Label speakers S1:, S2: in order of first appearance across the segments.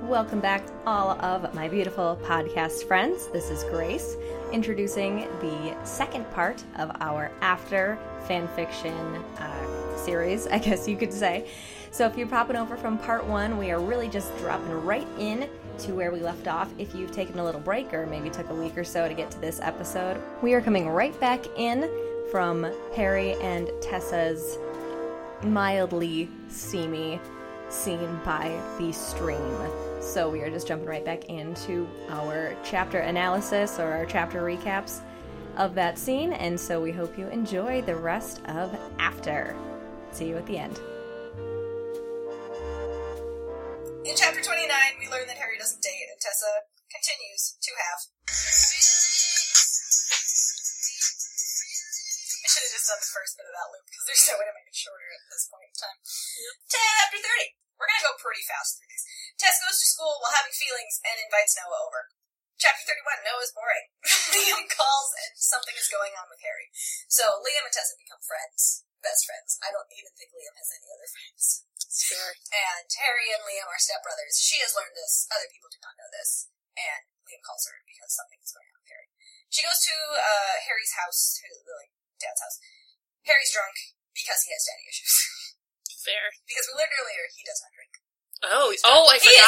S1: Welcome back, all of my beautiful podcast friends. This is Grace introducing the second part of our After Fanfiction uh, series, I guess you could say. So, if you're popping over from part one, we are really just dropping right in to where we left off. If you've taken a little break or maybe took a week or so to get to this episode, we are coming right back in from Harry and Tessa's mildly steamy scene by the stream. So we are just jumping right back into our chapter analysis or our chapter recaps of that scene, and so we hope you enjoy the rest of After. See you at the end.
S2: In chapter 29, we learn that Harry doesn't date, and Tessa continues to have. I should have just done the first bit of that loop because there's no way to make it shorter at this point in time. Chapter 30. We're going to go pretty fast through these. Tess goes to school while having feelings and invites Noah over. Chapter 31, Noah's boring. Liam calls and something is going on with Harry. So Liam and Tessa become friends. Best friends. I don't even think Liam has any other friends.
S3: Sure.
S2: And Harry and Liam are stepbrothers. She has learned this. Other people do not know this. And Liam calls her because something is going on with Harry. She goes to uh, Harry's house, to, like, dad's house. Harry's drunk because he has daddy issues.
S3: Fair.
S2: because we learned earlier he does not drink.
S3: Oh, he's oh, I
S2: He is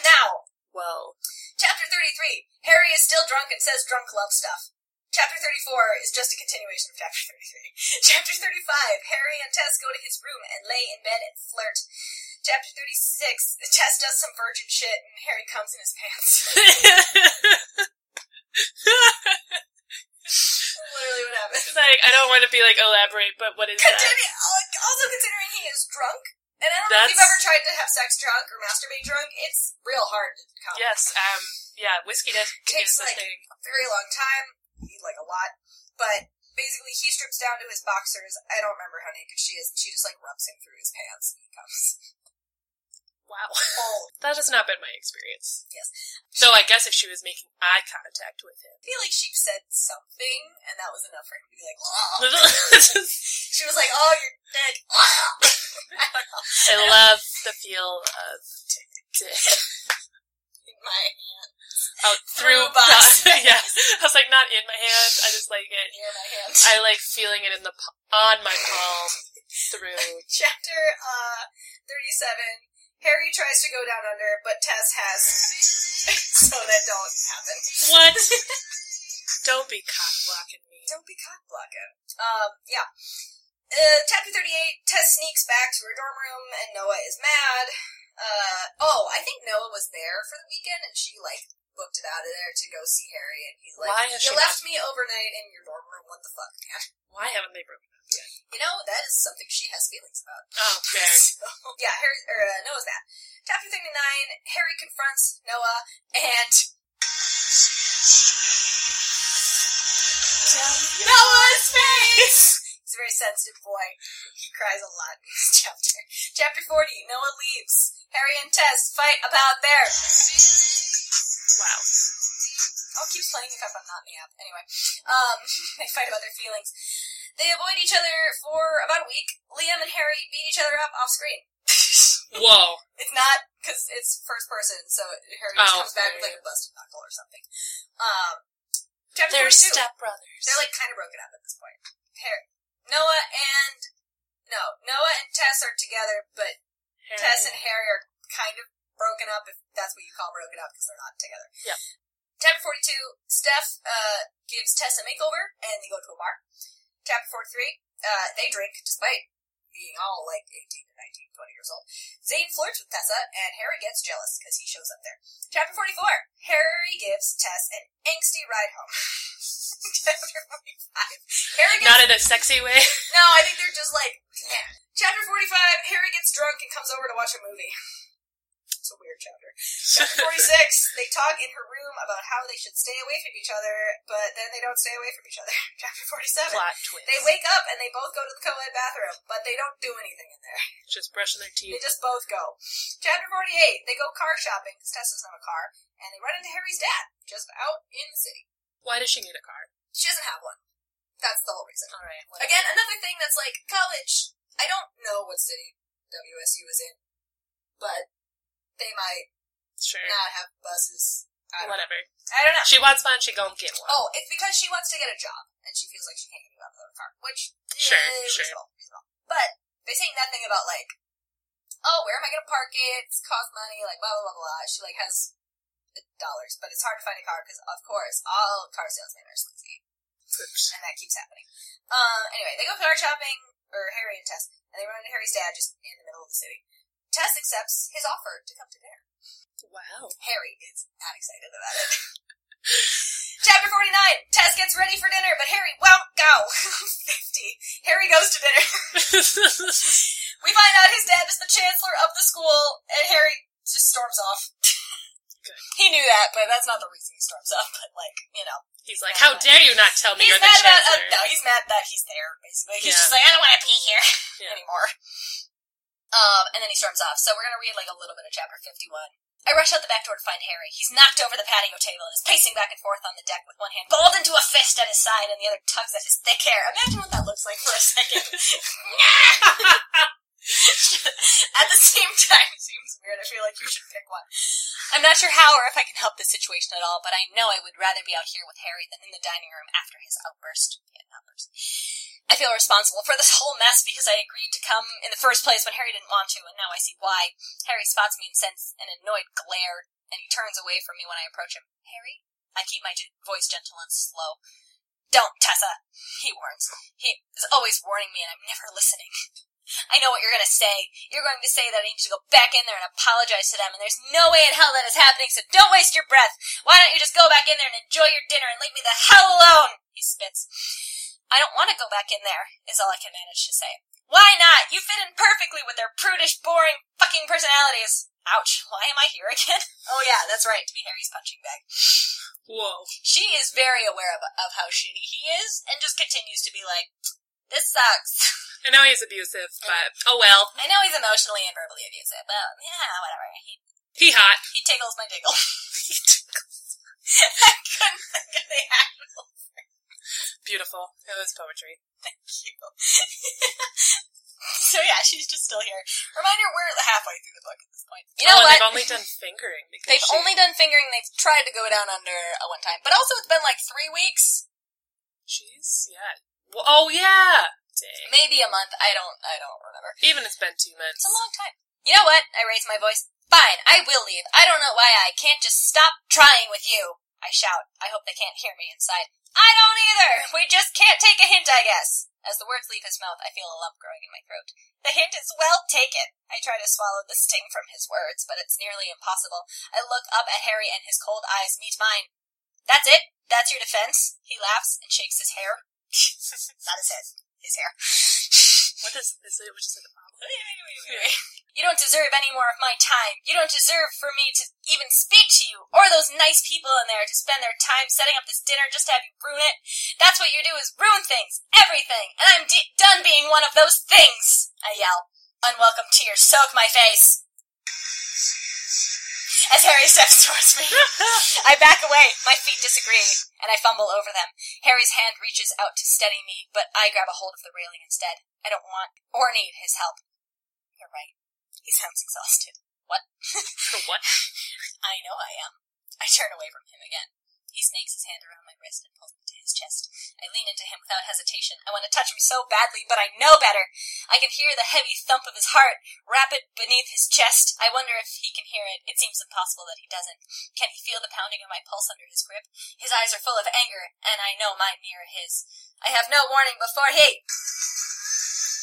S2: drunk
S3: that.
S2: now!
S3: Whoa.
S2: Chapter 33. Harry is still drunk and says drunk love stuff. Chapter 34 is just a continuation of chapter 33. Chapter 35. Harry and Tess go to his room and lay in bed and flirt. Chapter 36. Tess does some virgin shit and Harry comes in his pants. Literally what happened.
S3: it's like I don't want to be like elaborate, but what is that?
S2: Continue, also considering he is drunk, and I don't know if you've
S3: That's-
S2: ever tried to have sex drunk or masturbate drunk, it's real hard to come.
S3: Yes. Um. Yeah. Whiskey does
S2: Takes,
S3: is the
S2: like,
S3: thing.
S2: a very long time, like a lot, but basically he strips down to his boxers. I don't remember how naked she is, and she just like rubs him through his pants and he comes.
S3: Wow.
S2: Oh,
S3: That has not been my experience.
S2: Yes.
S3: So I guess if she was making eye contact with him,
S2: I feel like she said something, and that was enough for him to be like, "Ugh."
S3: I
S2: she was like, oh, you're dead. I don't know.
S3: love the feel of dick
S2: In my hand.
S3: out
S2: Through
S3: through.
S2: box.
S3: yeah. I was like, not in my hand. I just like it.
S2: Near my hand.
S3: I like feeling it in the p- on my palm through.
S2: Chapter uh, 37. Harry tries to go down under, but Tess has. so that don't happen.
S3: What? Don't be cock blocking me.
S2: Don't be cock blocking. Um, yeah. Uh, chapter 38. Tess sneaks back to her dorm room, and Noah is mad. Uh, oh, I think Noah was there for the weekend, and she, like, booked it out of there to go see Harry, and he's like,
S3: Why has
S2: You
S3: she
S2: left me overnight in your dorm room, what the fuck, man?
S3: Why haven't they broken up yet?
S2: You know, that is something she has feelings about.
S3: Oh, fair.
S2: yeah, Harry or uh, Noah's that. Chapter thirty nine. Harry confronts Noah and Noah's face. He's a very sensitive boy. He cries a lot in this chapter. Chapter forty. Noah leaves. Harry and Tess fight about their.
S3: Wow.
S2: I'll keep playing if I'm not in the app. Anyway, um, they fight about their feelings. They avoid each other for about a week. Liam and Harry beat each other up off screen.
S3: Whoa.
S2: It's not because it's first person, so Harry just
S3: Oh,
S2: comes back with
S3: okay.
S2: like a busted knuckle or something. Um, chapter
S3: They're
S2: 42.
S3: stepbrothers.
S2: They're like kind of broken up at this point. Harry, Noah and no, Noah and Tess are together, but Tess and Harry are kind of broken up if that's what you call broken up because they're not together.
S3: Yeah.
S2: Chapter 42, Steph uh, gives Tess a makeover and they go to a bar. Chapter 43, uh, they drink despite being all like 18 to 19, 20 years old. Zane flirts with Tessa and Harry gets jealous because he shows up there. Chapter 44, Harry gives Tess an angsty ride home. Chapter 45, Harry gets
S3: Not in a sexy way.
S2: no, I think they're just like. eh. Chapter 45 Harry gets drunk and comes over to watch a movie. It's a weird chapter. Chapter 46 They talk in her room about how they should stay away from each other, but then they don't stay away from each other. Chapter 47
S3: Plot twist.
S2: They wake up and they both go to the co ed bathroom, but they don't do anything in there.
S3: Just brushing their
S2: They
S3: teeth.
S2: just both go. Chapter 48 They go car shopping because Tess doesn't have a car, and they run into Harry's dad just out in the city.
S3: Why does she need a car?
S2: She doesn't have one. That's the whole reason.
S3: All right. whatever.
S2: Again, another thing that's like college. I don't know what city WSU is in, but they might
S3: Sure.
S2: not have buses. I don't,
S3: Whatever.
S2: I don't know.
S3: She wants one, she gon' get one.
S2: Oh, it's because she wants to get a job and she feels like she can't get a job without a car, which
S3: Sure,
S2: is
S3: sure.
S2: reasonable, reasonable. But they say nothing about like, oh, where am I going to park it? It's cost money, like blah blah blah blah. She like has dollars, but it's hard to find a car because of course all car salesmen are sleazy,
S3: Oops.
S2: and that keeps happening. Um, anyway, they go car shopping, or Harry and Tess, and they run into Harry's dad just in the middle of the city. Tess accepts his offer to come to dinner.
S3: Wow.
S2: Harry is not excited about it. Chapter 49. Tess gets ready for dinner, but Harry won't go. 50. Harry goes to dinner. We find out his dad is the chancellor of the school, and Harry just storms off.
S3: Good.
S2: He knew that, but that's not the reason he storms off, but like, you know.
S3: He's like, how dare you not tell me
S2: He's
S3: you're the
S2: mad about, uh,
S3: chancellor?
S2: no, he's mad that he's there, basically. He's
S3: Yeah.
S2: just like, I don't want to be here
S3: Yeah.
S2: anymore. Um, and then he storms off. So we're gonna read like a little bit of chapter fifty-one. I rush out the back door to find Harry. He's knocked over the patio table and is pacing back and forth on the deck with one hand balled into a fist at his side and the other tugs at his thick hair. Imagine what that looks like for a second. at the same time, it seems weird. I feel like you should pick one. I'm not sure how or if I can help this situation at all, but I know I would rather be out here with Harry than in the dining room after his outburst. Yeah, outburst. I feel responsible for this whole mess because I agreed to come in the first place when Harry didn't want to, and now I see why. Harry spots me and sends an annoyed glare, and he turns away from me when I approach him. Harry? I keep my g- voice gentle and slow. Don't, Tessa! He warns. He is always warning me, and I'm never listening. I know what you're going to say. You're going to say that I need you to go back in there and apologize to them, and there's no way in hell that is happening, so don't waste your breath. Why don't you just go back in there and enjoy your dinner and leave me the hell alone? He spits. I don't want to go back in there, is all I can manage to say. Why not? You fit in perfectly with their prudish, boring, fucking personalities. Ouch, why am I here again? Oh yeah, that's right, to be Harry's punching bag.
S3: Whoa.
S2: She is very aware of, of how shitty he is, and just continues to be like, this sucks.
S3: I know he's abusive, but oh well.
S2: I know he's emotionally and verbally abusive, but yeah, whatever. He,
S3: He hot.
S2: he tickles my diggle. he tickles. I couldn't think of the actual
S3: Beautiful. It was poetry.
S2: cue. so yeah, she's just still here. Reminder, we're halfway through the book at this point. You know
S3: oh, and
S2: what?
S3: they've only done fingering because
S2: They've
S3: she-
S2: only done fingering. They've tried to go down under uh, one time, but also it's been like three weeks,
S3: Jeez, yeah. Well, oh yeah. Dang.
S2: maybe a month. I don't. I don't remember.
S3: Even it's been two months.
S2: It's a long time. You know what? I raise my voice. Fine, I will leave. I don't know why I can't just stop trying with you. I shout. I hope they can't hear me inside. I don't either! We just can't take a hint, I guess! As the words leave his mouth, I feel a lump growing in my throat. The hint is well taken. I try to swallow the sting from his words, but it's nearly impossible. I look up at Harry and his cold eyes meet mine. That's it? That's your defense? He laughs and shakes his hair. Not his head. His hair.
S3: What is is it? Which is like a problem?
S2: You don't deserve any more of my time. You don't deserve for me to even speak to you, or those nice people in there to spend their time setting up this dinner just to have you ruin it. That's what you do is ruin things, everything, and I'm d- done being one of those things, I yell. Unwelcome tears soak my face. As Harry steps towards me, I back away. My feet disagree, and I fumble over them. Harry's hand reaches out to steady me, but I grab a hold of the railing instead. I don't want or need his help. You're right. He sounds exhausted. What?
S3: what?
S2: I know I am. I turn away from him again. He snakes his hand around my wrist and pulls me to his chest. I lean into him without hesitation. I want to touch him so badly, but I know better. I can hear the heavy thump of his heart, rapid beneath his chest. I wonder if he can hear it. It seems impossible that he doesn't. Can he feel the pounding of my pulse under his grip? His eyes are full of anger, and I know mine mirror his. I have no warning before he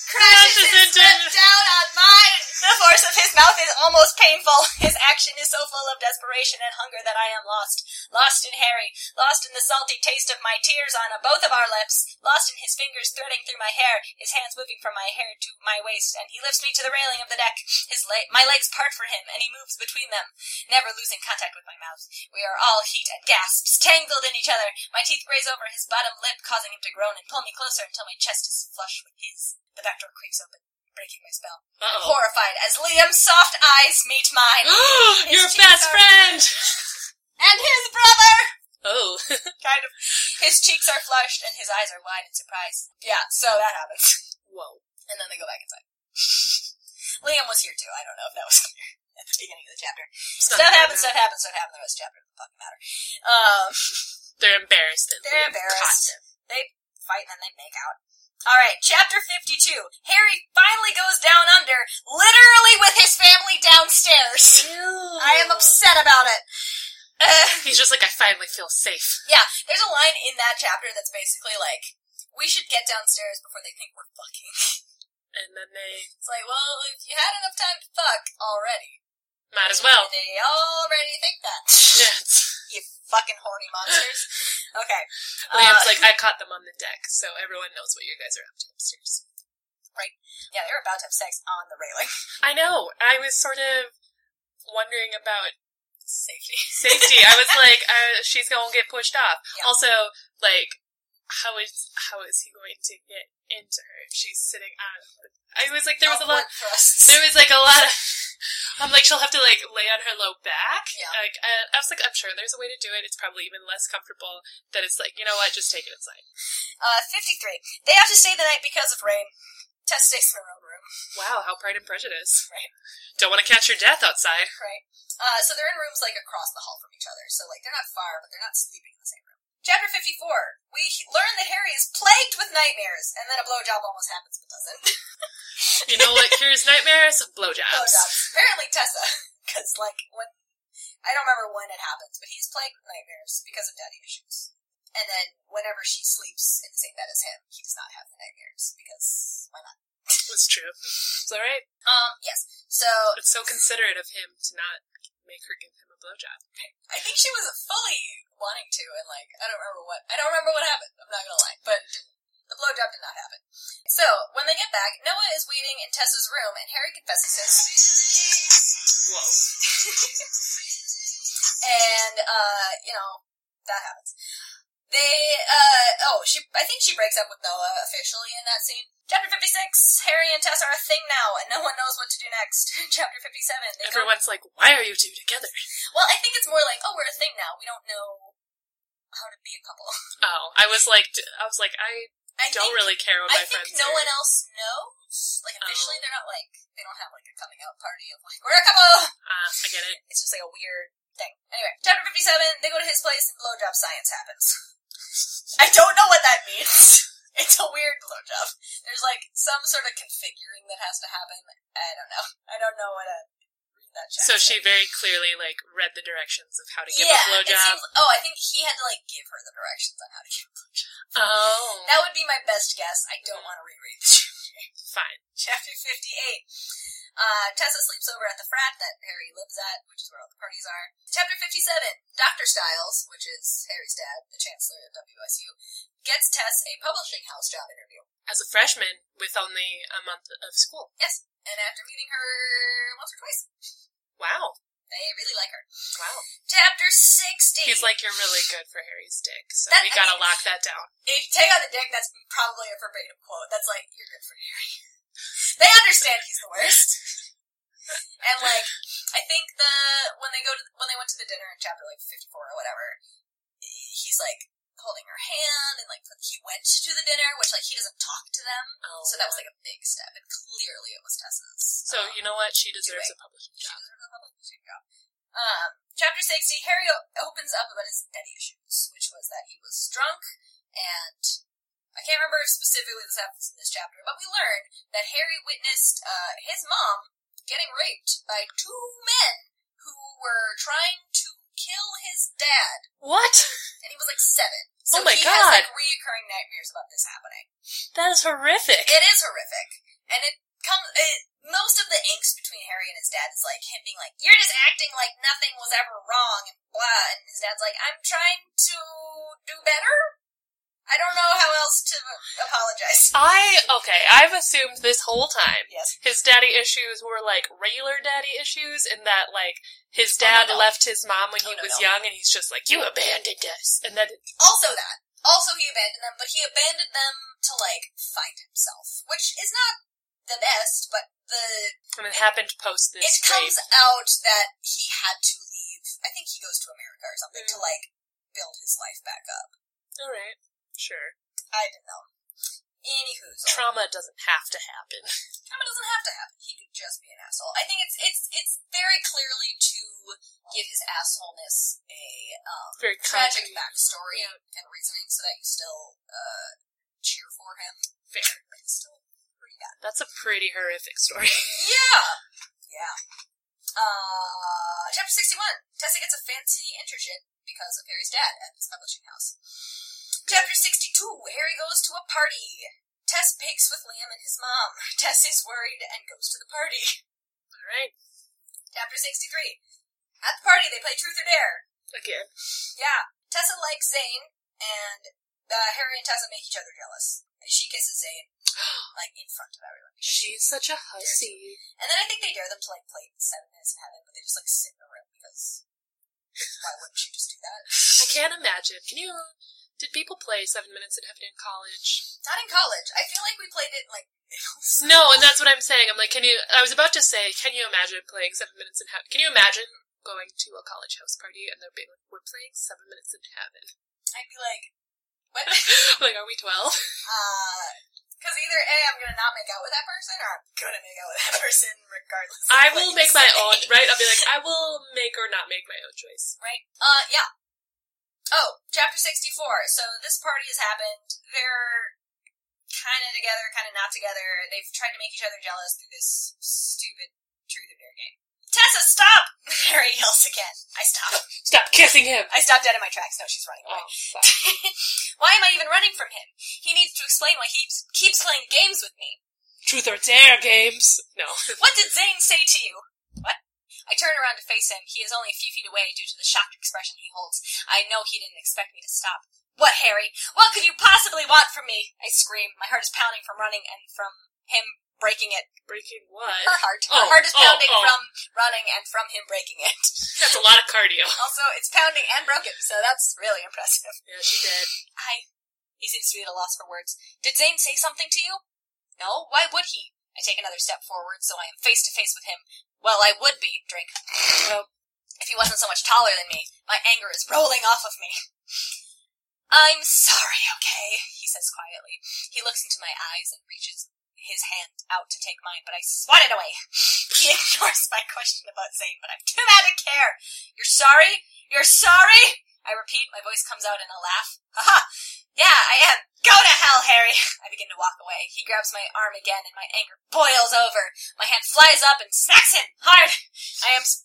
S2: crashes his
S3: Crashes into-
S2: lip down on mine. The force of his mouth is almost painful. His action is so full of desperation and hunger that I am lost. Lost in Harry, lost in the salty taste of my tears on both of our lips, lost in his fingers threading through my hair, his hands moving from my hair to my waist, and he lifts me to the railing of the deck. His le- my legs part for him, and he moves between them, never losing contact with my mouth. We are all heat and gasps, tangled in each other. My teeth graze over his bottom lip, causing him to groan and pull me closer until my chest is flush with his. The back door creaks open, breaking my spell. I'm
S3: Uh
S2: horrified as Liam's soft eyes meet mine,
S3: oh. Your
S2: His cheeks
S3: best
S2: are-
S3: friend.
S2: and his brother.
S3: Oh.
S2: kind of. His cheeks are flushed and his eyes are wide in surprise. Yeah, so that happens.
S3: Whoa.
S2: And then they go back inside. Liam was here too. I don't know if that was clear. beginning of the chapter.
S3: It's not
S2: Stuff
S3: good
S2: happens,
S3: now.
S2: stuff happens, stuff happens. The rest of the chapter doesn't fucking matter. Um,
S3: They're embarrassed that
S2: They're
S3: Liam caught
S2: embarrassed.
S3: them.
S2: fight and then they make out. All right, chapter 52. Harry finally goes down under, literally with his family downstairs. I am upset about it. Uh,
S3: He's just like, I finally feel safe.
S2: yeah, there's a line in that chapter that's basically like, we should get downstairs before they think we're fucking.
S3: And then they
S2: It's like, well, if you had enough time to fuck already.
S3: might as well.
S2: They already think that.
S3: Yeah, it's-
S2: you fucking horny monsters. Okay.
S3: Liam's
S2: Uh,
S3: like, I caught them on the deck, so everyone knows what you guys are up to upstairs.
S2: yeah, they were about to have sex on the railing.
S3: I know. I was sort of wondering about
S2: Safety.
S3: safety. I was like, uh, she's gonna get pushed off.
S2: Yeah.
S3: Also, like, how is how is he going to get into her if she's sitting on? I was like, there was a lot.
S2: Upward thrusts.
S3: There was like a lot of. I'm like, she'll have to like lay on her low back.
S2: Yeah.
S3: Like, uh, I was like, I'm sure there's a way to do it. It's probably even less comfortable. That it's like, you know what? Just take it inside.
S2: Uh, 53. They have to stay the night because of rain. Tess stays in her own room.
S3: Wow, how Pride and Prejudice.
S2: Right.
S3: Don't want to catch your death outside.
S2: Right. Uh, so they're in rooms, like, across the hall from each other. So, like, they're not far, but they're not sleeping in the same room. Chapter 54. We h- learn that Harry is plagued with nightmares, and then a blowjob almost happens but doesn't.
S3: You know what cures nightmares? Blowjobs.
S2: blowjobs. Apparently Tessa. Because, like, when... I don't remember when it happens, but he's plagued with nightmares because of daddy issues. And then, whenever she sleeps in the same bed as him, he does not have the nightmares, because why not?
S3: It's true. It's all right.
S2: Um, yes. So,
S3: It's so considerate of him to not make her give him a blowjob.
S2: I think she was fully wanting to, and like I don't remember what I don't remember what happened. I'm not gonna lie, but the blowjob did not happen. So when they get back, Noah is waiting in Tessa's room, and Harry confesses his,
S3: Whoa.
S2: and uh, you know that happens. They uh oh she I think she breaks up with Noah officially in that scene. Chapter fifty six. Harry and Tessa are a thing now, and no one knows what to do next. Chapter fifty seven. They go
S3: Everyone's like, why are you two together?
S2: well, I think it's more like oh we're a thing now. We don't know how to be a couple.
S3: Oh, I was like, d- I was like, I
S2: I
S3: don't
S2: think
S3: really care what
S2: I
S3: my
S2: think
S3: friends
S2: no
S3: are.
S2: one else knows. Like
S3: Oh.
S2: officially, they're not like they don't have like a coming out party of like we're a couple.
S3: Uh, I get it.
S2: It's just like a weird thing. Anyway, chapter fifty-seven. They go to his place and blowjob science happens. I don't know what that means. It's a weird blowjob. There's like some sort of configuring that has to happen. I don't know. I don't know what a read that chapter.
S3: So she very clearly like read the directions of how to give
S2: yeah, it
S3: a blowjob.
S2: seems, oh, I think he had to like give her the directions on how to give.
S3: Oh,
S2: That would be my best guess. I
S3: Mm-hmm.
S2: don't want to reread the chapter.
S3: fine.
S2: Chapter 58. Uh, Tessa sleeps over at the frat that Harry lives at, which is where all the parties are. Chapter 57. Dr. Styles, which is Harry's dad, the chancellor of WSU, gets Tess a publishing house job interview.
S3: As a freshman with only a month of school.
S2: Yes. And after meeting her once or twice,
S3: Wow,
S2: they really like her.
S3: wow.
S2: Chapter 60.
S3: He's like, you're really good for Harry's dick, so
S2: That-
S3: we
S2: I
S3: gotta
S2: mean-
S3: lock that down.
S2: if you take out the dick, that's probably a verbatim quote. That's like, you're good for Harry. they understand he's the worst. and like, I think the when they go to when they went to the dinner in chapter like 54 or whatever, he's like holding her hand and like he went to the dinner, which like he doesn't talk to them.
S3: Oh,
S2: So that was like a big step, and clearly it was Tessa's. Um,
S3: So you know what? She deserves
S2: doing.
S3: a publishing job.
S2: Um, chapter 60, Harry o- opens up about his daddy issues, which was that he was drunk, and I can't remember if specifically this happens in this chapter, but we learn that Harry witnessed uh, his mom getting raped by two men who were trying to kill his dad,
S3: What?
S2: and he was like seven. So
S3: Oh my
S2: he
S3: God.
S2: has like reoccurring nightmares about this happening.
S3: That is horrific.
S2: It is horrific, and it comes. It, most of the angst between Harry and his dad is like him being like, "You're just acting like nothing was ever wrong," and blah. And his dad's like, "I'm trying to do better. I don't know how else to apologize."
S3: I okay. I've assumed this whole time
S2: Yes.
S3: his daddy issues were like regular daddy issues, and that like his
S2: Oh, no,
S3: dad
S2: no.
S3: left his mom when
S2: Oh,
S3: he
S2: no,
S3: was
S2: no.
S3: young, and he's just like, you abandoned us, and then
S2: Also that. Also, he abandoned them, but he abandoned them to like find himself, which is not the best, but the
S3: and it happened post this.
S2: it comes
S3: rape.
S2: out that he had to leave. I think he goes to America or something to like build his life back up.
S3: All right, sure.
S2: I don't know. Anywho's,
S3: Trauma doesn't have to happen.
S2: trauma doesn't have to happen. He could just be an asshole. I think it's it's it's very clearly to give his assholeness a um,
S3: Very
S2: tragic
S3: concrete.
S2: backstory and reasoning, so that you still uh, cheer for him. Fair, but it's still pretty bad.
S3: That's a pretty horrific story.
S2: Yeah. Yeah. Uh, chapter 61. Tessa gets a fancy internship because of Harry's dad at his publishing house. Chapter 62. Harry goes to a party. Tess bakes with Liam and his mom. Tess is worried and goes to the party.
S3: All right,
S2: Chapter 63. At the party, they play Truth or Dare.
S3: again,
S2: Yeah. Tessa likes Zane, and uh, Harry and Tessa make each other jealous. She kisses Zane, like, in front of everyone.
S3: she's such a hussy.
S2: And then I think they dare them to like play seven minutes in heaven, but they just like sit in a room because why wouldn't you just do that?
S3: I can't imagine. Can you? Did people play Seven Minutes in Heaven in college?
S2: Not in college. I feel like we played it in like middle school.
S3: No, and that's what I'm saying. I'm like, can you? I was about to say, can you imagine playing Seven Minutes in Heaven? Can you imagine going to a college house party and they're being like, we're playing Seven Minutes in Heaven?
S2: I'd be like, what?
S3: like, are we twelve?
S2: Because either a I'm gonna not make out with that person, or I'm gonna make out with that person regardless. of what
S3: I will
S2: you
S3: make my
S2: say.
S3: own. Right? I'll be like, I will make or not make my own choice.
S2: Right. Uh, yeah. Oh, chapter 64. So this party has happened. They're kind of together, kind of not together. They've tried to make each other jealous through this stupid truth or dare game. Tessa, stop! Harry yells again. I stop.
S3: Stop kissing him.
S2: I stopped dead in my tracks. No, she's running away.
S3: Oh, fuck.
S2: why am I even running from him? He needs to explain why he keeps- keeps playing games with me.
S3: Truth or Dare games. No.
S2: What did Zane say to you? What? I turn around to face him. He is only a few feet away due to the shocked expression he holds. I know he didn't expect me to stop. What, Harry? What could you possibly want from me? I scream. My heart is pounding from running and from him breaking it.
S3: Breaking what?
S2: Her heart.
S3: Oh,
S2: Her heart is
S3: oh,
S2: pounding
S3: oh.
S2: from running and from him breaking it.
S3: That's a lot of cardio.
S2: Also, it's pounding and broken, so that's really impressive.
S3: Yeah, she did.
S2: I. He seems to be at a loss for words. Did Zane say something to you? No, why would he? I take another step forward, so I am face to face with him. Well, I would be, drink. Well, if he wasn't so much taller than me, my anger is rolling off of me. I'm sorry, okay? He says quietly. He looks into my eyes and reaches his hand out to take mine, but I swat it away. He ignores my question about Zane, but I'm too mad to care. You're sorry? You're sorry? I repeat, my voice comes out in a laugh. Haha! Yeah, I am. Go to hell, Harry! I begin to walk away. He grabs my arm again, and my anger boils over. My hand flies up and smacks him hard. I am. s-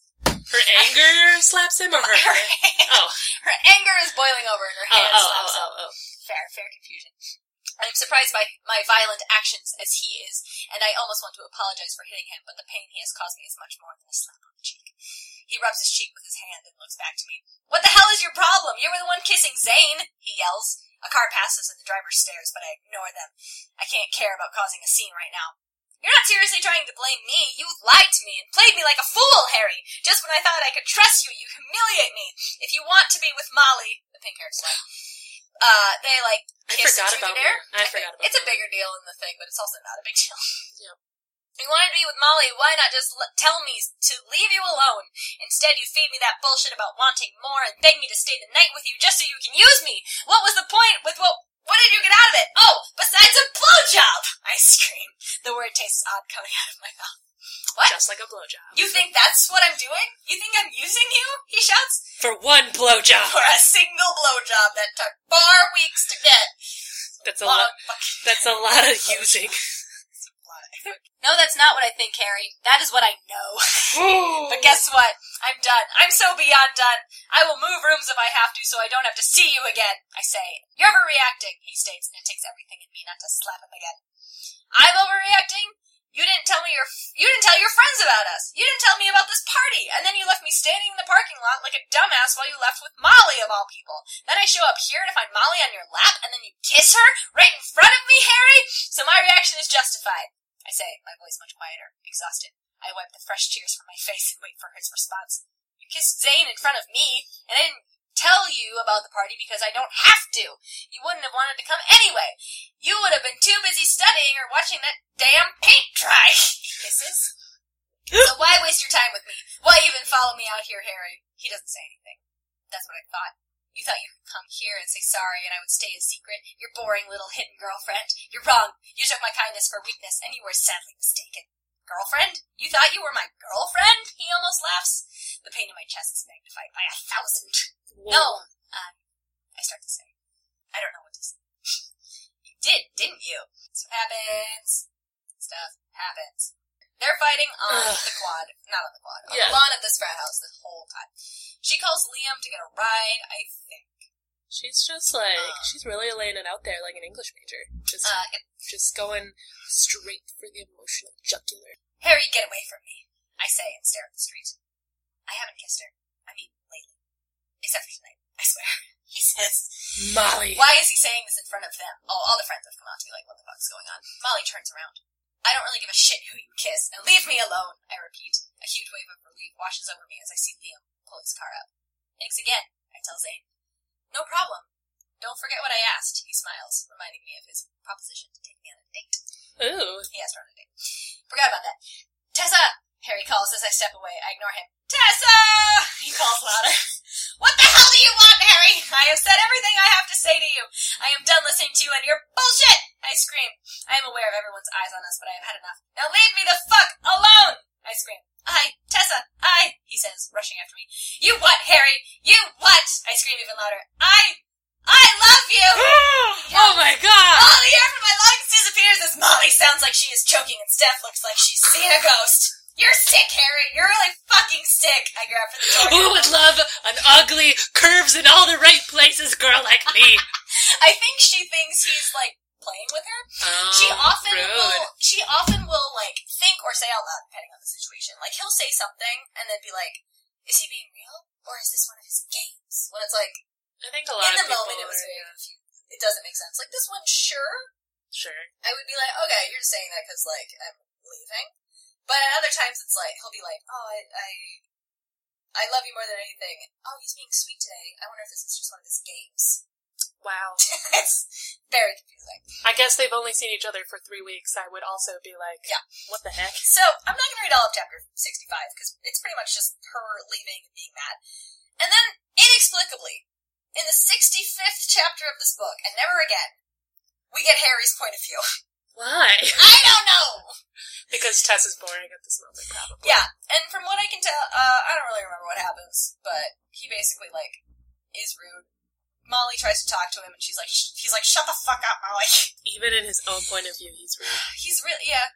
S3: Her anger slaps him or
S2: Her,
S3: her. hand? Oh,
S2: her anger is boiling over, and her
S3: oh,
S2: hand
S3: oh,
S2: slaps
S3: oh,
S2: up.
S3: oh, oh.
S2: Fair, fair confusion. I am surprised by my violent actions as he is, and I almost want to apologize for hitting him, but the pain he has caused me is much more than a slap on the cheek. He rubs his cheek with his hand and looks back to me. What the hell is your problem? You were the one kissing Zane, he yells. A car passes and the driver stares, but I ignore them. I can't care about causing a scene right now. You're not seriously trying to blame me. You lied to me and played me like a fool, Harry. Just when I thought I could trust you, you humiliate me. If you want to be with Molly, the pink haired slut, uh, they like
S3: I
S2: kiss
S3: forgot
S2: truth or
S3: about
S2: dare.
S3: Mo- I forgot about
S2: It's a
S3: Mo.
S2: bigger deal in the thing, but it's also not a big deal.
S3: Yeah.
S2: You wanted to be with Molly, why not just l- tell me s- to leave you alone? Instead, you feed me that bullshit about wanting more and beg me to stay the night with you just so you can use me. What was the point with what? What did you get out of it? Oh, besides a blowjob! I scream. The word tastes odd coming out of my mouth. What?
S3: Just like a blowjob.
S2: You think that's what I'm doing? You think I'm using you? He shouts
S3: For one blowjob.
S2: for a single blowjob that took four weeks to get. Oh,
S3: That's a
S2: Long
S3: lot.
S2: fucking-
S3: That's a lot of using.
S2: No, that's not what I think, Harry. That is what I know. But
S3: but
S2: guess what? I'm done. I'm so beyond done. I will move rooms if I have to so I don't have to see you again, I say. You're overreacting, he states, and it takes everything in me not to slap him again. I'm overreacting? You didn't tell me your f- you didn't tell your friends about us. You didn't tell me about this party, and then you left me standing in the parking lot like a dumbass while you left with Molly of all people. Then I show up here to find Molly on your lap, and then you kiss her right in front of me, Harry. So my reaction is justified. I say, my voice much quieter, exhausted. I wipe the fresh tears from my face and wait for his response. You kissed Zane in front of me, and I didn't tell you about the party because I don't have to. You wouldn't have wanted to come anyway. You would have been too busy studying or watching that damn paint dry. He kisses. So why waste your time with me? Why even follow me out here, Harry? He doesn't say anything. That's what I thought. You thought you could come here and say sorry and I would stay a secret? Your boring little hidden girlfriend? You're wrong. You took my kindness for weakness and you were sadly mistaken. Girlfriend? You thought you were my girlfriend? He almost laughs. The pain in my chest is magnified by a thousand. No! Um, I start to say. I don't know what to say. you did, didn't you? Stuff happens. Stuff happens. They're fighting on
S3: Ugh.
S2: the quad. Not on the quad. On
S3: Yeah.
S2: the lawn of this frat house the whole time. She calls Liam to get a ride, I think.
S3: She's just like she's really laying it out there like an English major. Just
S2: Uh, yep.
S3: just going straight for the emotional jugular.
S2: Harry, get away from me, I say and stare at the street. I haven't kissed her. I mean, lately. Except for tonight, I swear. He says,
S3: Molly
S2: Why is he saying this in front of them? Oh, all the friends have come out to be like, what the fuck's going on? Molly turns around. I don't really give a shit who you kiss. Now leave me alone, I repeat. A huge wave of relief washes over me as I see Liam pull his car up. Thanks again, I tell Zane. No problem. Don't forget what I asked, he smiles, reminding me of his proposition to take me on a date.
S3: Ooh.
S2: He asked her on a date. Forgot about that. Tessa! Harry calls as I step away. I ignore him. Tessa! He calls louder. What the hell do you want, Harry? I have said everything I have to say to you. I am done listening to you and your bullshit! I scream. I am aware of everyone's eyes on us, but I have had enough. Now leave me the fuck alone! I scream. I, Tessa, I, he says, rushing after me. You what, Harry? You what? I scream even louder. I, I love you!
S3: Oh my god!
S2: All the air from my lungs disappears as Molly sounds like she is choking and Steph looks like she's seen a ghost. You're sick, Harry. You're really fucking sick. I grab for the door.
S3: Who would love an ugly curves in all the right places girl like me?
S2: I think she thinks he's like playing with her.
S3: Oh,
S2: she often
S3: rude.
S2: will. She often will like think or say out loud, depending on the situation. Like he'll say something and then be like, "Is he being real or is this one of his games?" When it's like
S3: I think a lot
S2: in
S3: of
S2: the
S3: people
S2: moment, it was
S3: are-
S2: very confusing. It doesn't make sense. Like this one, sure,
S3: sure.
S2: I would be like, okay, you're just saying that because like I'm leaving. But at other times, it's like he'll be like, oh, I, I, I love you more than anything. Oh, he's being sweet today. I wonder if this is just one of his games.
S3: Wow.
S2: it's very confusing.
S3: I guess they've only seen each other for three weeks. I would also be like,
S2: Yeah.
S3: what the heck?
S2: So I'm not gonna read all of chapter 65 because it's pretty much just her leaving and being mad. And then inexplicably, in the 65th chapter of this book, and never again, we get Harry's point of view.
S3: Why?
S2: I don't know.
S3: Because Tess is boring at this moment, probably.
S2: Yeah, and from what I can tell, uh, I don't really remember what happens, but he basically like is rude. Molly tries to talk to him, and she's like, sh- he's like, shut the fuck up, Molly.
S3: Even in his own point of view, he's rude.
S2: he's really yeah.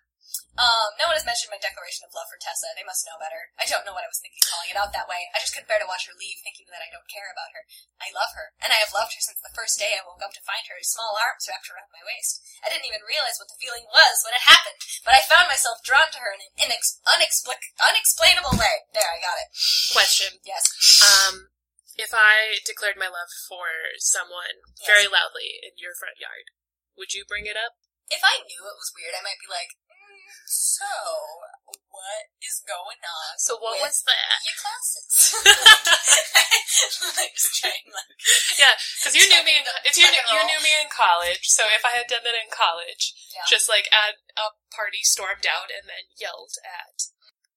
S2: Um, no one has mentioned my declaration of love for Tessa. They must know better. I don't know what I was thinking calling it out that way. I just couldn't bear to watch her leave, thinking that I don't care about her. I love her, and I have loved her since the first day I woke up to find her small arms wrapped around my waist. I didn't even realize what the feeling was when it happened, but I found myself drawn to her in an inex- unexplic- unexplainable way. There, I got it.
S3: Question.
S2: Yes.
S3: Um, if I declared my love for someone
S2: Yes.
S3: very loudly in your front yard, would you bring it up?
S2: If I knew it was weird, I might be like, mm, so, what is going on?
S3: So what
S2: with
S3: was that?
S2: your classes? like, just trying, like,
S3: Yeah, because you knew me. In,
S2: Tucking the-
S3: if you,
S2: tucking
S3: knew, you
S2: roll.
S3: knew me in college, so if I had done that in college,
S2: Yeah.
S3: just like at a party, stormed out and then yelled at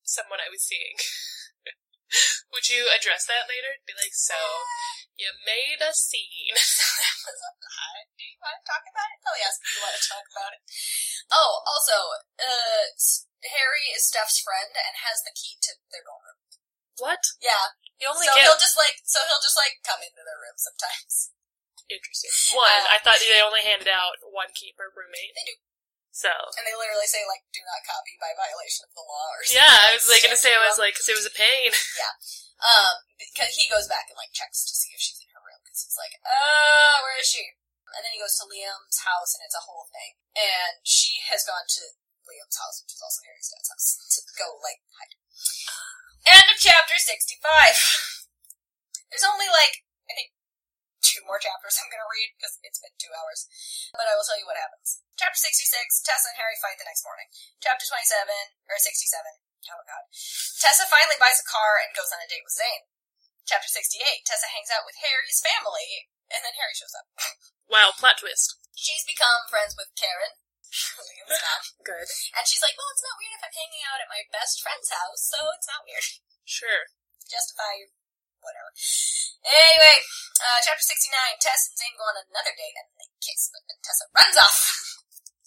S3: someone I was seeing. Would you address that later? Be like, so you made a scene.
S2: that was up high. Do you want to talk about it? Oh, yes, you want to talk about it. Oh, also, uh, S- Harry is Steph's friend and has the key to their dorm room.
S3: What?
S2: Yeah.
S3: You only
S2: so
S3: get
S2: he'll just, like, so he'll just, like, come into their room sometimes.
S3: interesting. One,
S2: Uh,
S3: I thought they only handed out one key per roommate.
S2: They do.
S3: So
S2: And they literally say, like, do not copy by violation of the law or something.
S3: yeah, I was like
S2: Yeah,
S3: gonna say I was
S2: well-
S3: like because it was a pain.
S2: Um, because he goes back and like checks to see if she's in her room because he's like, uh, where is she? And then he goes to Liam's house and it's a whole thing. And she has gone to Liam's house, which is also Harry's dad's house, to go like hide. End of chapter sixty-five. There's only like I think two more chapters I'm gonna read because it's been two hours, but I will tell you what happens. Chapter sixty-six: Tessa and Harry fight the next morning. Chapter twenty-seven or sixty-seven. Oh god. Tessa finally buys a car and goes on a date with Zane. Chapter 68, Tessa hangs out with Harry's family, and then Harry shows up.
S3: Wow, plot twist.
S2: She's become friends with Karen, Liam's mom,
S3: Good.
S2: and she's like, well, it's not weird if I'm hanging out at my best friend's house, so it's not weird.
S3: Sure.
S2: Justify your whatever. Anyway, uh, chapter 69, Tess and Zane go on another date and they kiss, but then Tessa runs off.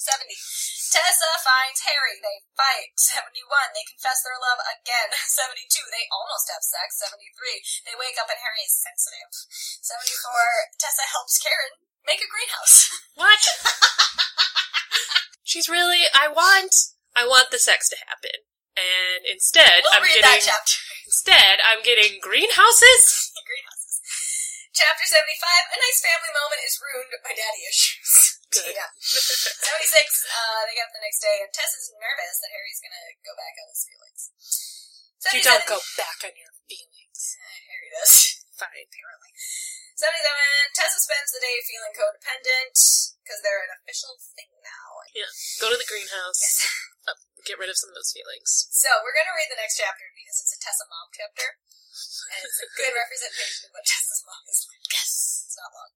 S2: 70. Tessa finds Harry. They fight. 71. They confess their love again. 72. They almost have sex. 73. They wake up and Harry is sensitive. 74. Tessa helps Karen make a greenhouse.
S3: What? She's really. I want. I want the sex to happen, and instead,
S2: We'll
S3: I'm
S2: read that
S3: getting.
S2: chapter.
S3: Instead, I'm getting greenhouses.
S2: greenhouses. Chapter 75, a nice family moment is ruined by daddy issues.
S3: Good.
S2: Yeah. 76, uh, they get up the next day, and Tess is nervous that Harry's gonna go back on his feelings.
S3: You
S2: 77
S3: don't go back on your feelings.
S2: Harry does.
S3: Fine.
S2: Apparently. 77, Tessa spends the day feeling codependent, because they're an official thing now.
S3: Go to the greenhouse. Uh, get rid of some of those feelings.
S2: So, we're gonna read the next chapter because it's a Tessa mom chapter, and it's a good representation of what Tessa's mom is like. Yes! It's not long.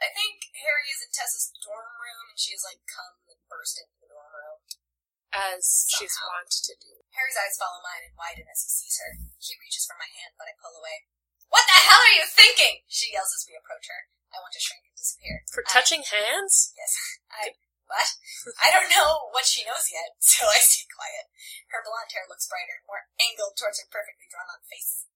S2: I think Harry is in Tessa's dorm room, and she's like, come and burst into the dorm room.
S3: As she's
S2: Somehow.
S3: wont to do.
S2: Harry's eyes follow mine and widen as he sees her. He reaches for my hand, but I pull away. What the hell are you thinking? She yells as we approach her. I want to shrink and disappear.
S3: For
S2: I-
S3: touching hands?
S2: Yes. I. What? I don't know what she knows yet, so I stay quiet. Her blonde hair looks brighter, more angled towards her perfectly drawn on face.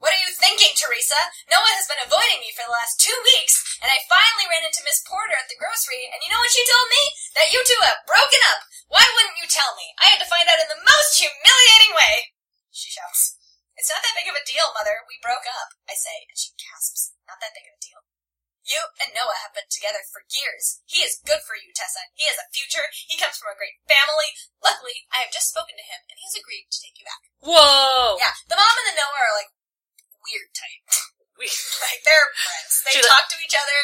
S2: What are you thinking, Teresa? Noah has been avoiding me for the last two weeks, and I finally ran into Miss Porter at the grocery, and you know what she told me? That you two have broken up! Why wouldn't you tell me? I had to find out in the most humiliating way! She shouts. It's not that big of a deal, Mother. We broke up, I say, and she gasps. Not that big of a deal. You and Noah have been together for years. He is good for you, Tessa. He has a future. He comes from a great family. Luckily, I have just spoken to him, and he has agreed to take you back.
S3: Whoa!
S2: Yeah, the mom and the Noah are like weird type.
S3: We,
S2: Like they're friends. They
S3: She's like-
S2: talk to each other,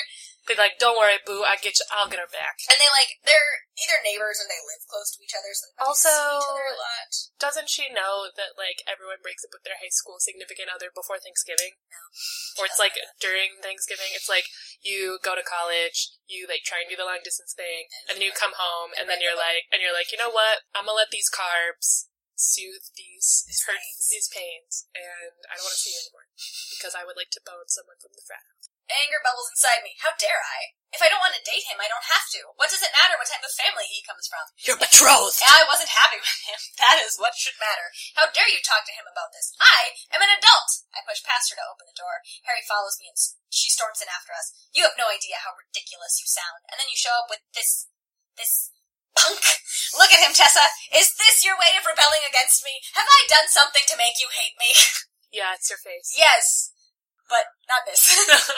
S3: they're like, don't worry, boo, I get you, I'll get her back.
S2: and they like they're either neighbors or they live close to each other, so they probably
S3: Also-
S2: see each other a lot.
S3: Doesn't she know that, like, everyone breaks up with their high school significant other before Thanksgiving? No. Or it's like during Thanksgiving, it's like you go to college, you, like, try and do the long distance thing, and then you come home, and then you're like, and you're like, you know what? I'm gonna let these carbs soothe these
S2: These
S3: hurt,
S2: pains.
S3: these pains, and I don't want to see you anymore because I would like to bone someone from the frat.
S2: Anger bubbles inside me. How dare I? If I don't want to date him, I don't have to. What does it matter what type of family he comes from?
S3: You're betrothed.
S2: Yeah, I wasn't happy with him. That is what should matter. How dare you talk to him about this? I am an adult! I push past her to open the door. Harry follows me and s- she storms in after us. You have no idea how ridiculous you sound. And then you show up with this. this. punk! Look at him, Tessa! Is this your way of rebelling against me? Have I done something to make you hate me?
S3: Yeah, it's your face.
S2: yes! But not this.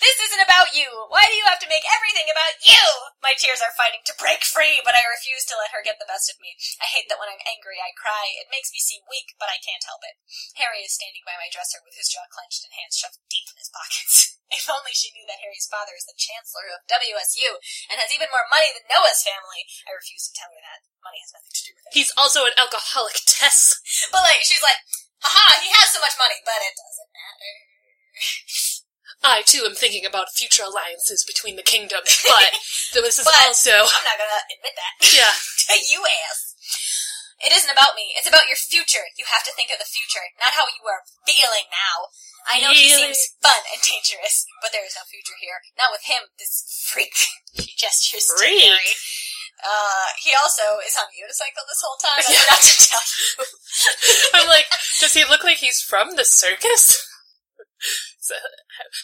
S2: This isn't about you. Why do you have to make everything about you? My tears are fighting to break free, but I refuse to let her get the best of me. I hate that when I'm angry, I cry. It makes me seem weak, but I can't help it. Harry is standing by my dresser with his jaw clenched and hands shoved deep in his pockets. If only she knew that Harry's father is the chancellor of WSU and has even more money than Noah's family. I refuse to tell her that. Money has nothing to do with it.
S3: He's also an alcoholic, Tess.
S2: But like, she's like, haha, he has so much money, but it doesn't matter.
S3: I too am thinking about future alliances between the kingdoms, but this is
S2: But-
S3: also
S2: I'm not gonna admit that.
S3: yeah.
S2: you ass. It isn't about me. It's about your future. You have to think of the future, not how you are feeling now. I know he
S3: Feeling.
S2: seems fun and dangerous, but there is no future here. Not with him, this freak. She gestures to
S3: Freak?
S2: Harry. Uh, he also is on a unicycle this whole time. I forgot to tell you.
S3: I'm like, does he look like he's from the circus? So,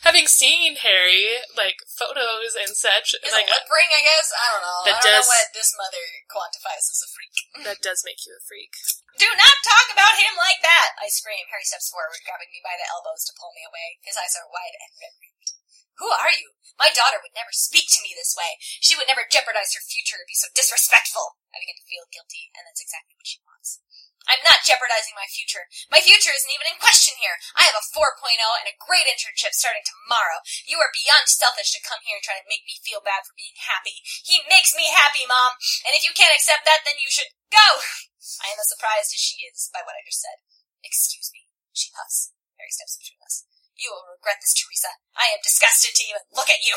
S3: having seen Harry, like photos and such,
S2: He's
S3: like
S2: a lip ring, I guess. I don't know. I
S3: That
S2: don't
S3: does-
S2: know what this mother quantifies as a freak.
S3: that does make you a freak.
S2: Do not talk about him like that! I scream. Harry steps forward, grabbing me by the elbows to pull me away. His eyes are wide and red rimmed. Who are you? My daughter would never speak to me this way. She would never jeopardize her future or be so disrespectful. I begin to feel guilty, and that's exactly what she wants. I'm not jeopardizing my future. My future isn't even in question here. I have a 4.0 and a great internship starting tomorrow. You are beyond selfish to come here and try to make me feel bad for being happy. He makes me happy, Mom. And if you can't accept that, then you should go. I am as surprised as she is by what I just said. Excuse me, she huffs. Harry steps between us. You will regret this, Teresa. I am disgusted to even look at you.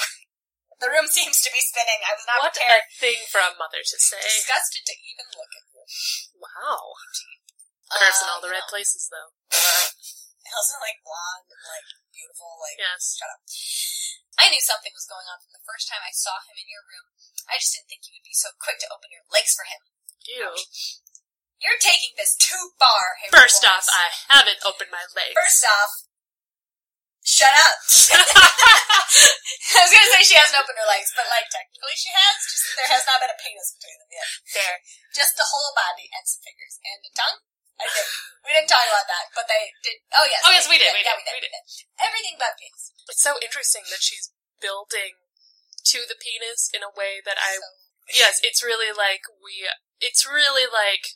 S2: the room seems to be spinning. I was not
S3: What
S2: prepared.
S3: a thing for a mother to say.
S2: Disgusted to even look at you.
S3: Wow. Perhaps in all
S2: Uh,
S3: the
S2: you
S3: right
S2: know.
S3: places, though.
S2: and also like blonde and like beautiful, like
S3: Yes.
S2: shut up. I knew something was going on from the first time I saw him in your room. I just didn't think you would be so quick to open your legs for him.
S3: You.
S2: You're taking this too far, Harry.
S3: First
S2: Boris.
S3: off, I haven't opened my legs.
S2: First off, shut up. I was gonna say she hasn't opened her legs, but like technically she has. Just that there has not been a penis between them yet. There, just the whole body and some fingers and a tongue. I think we didn't talk about that, but they did. Oh yes.
S3: Oh, yes,
S2: they-
S3: we did,
S2: yeah,
S3: we
S2: yeah,
S3: did, we
S2: did. Everything but penis.
S3: it's so interesting that she's building to the penis in a way that I.
S2: So,
S3: Yes, it's really like we. It's really like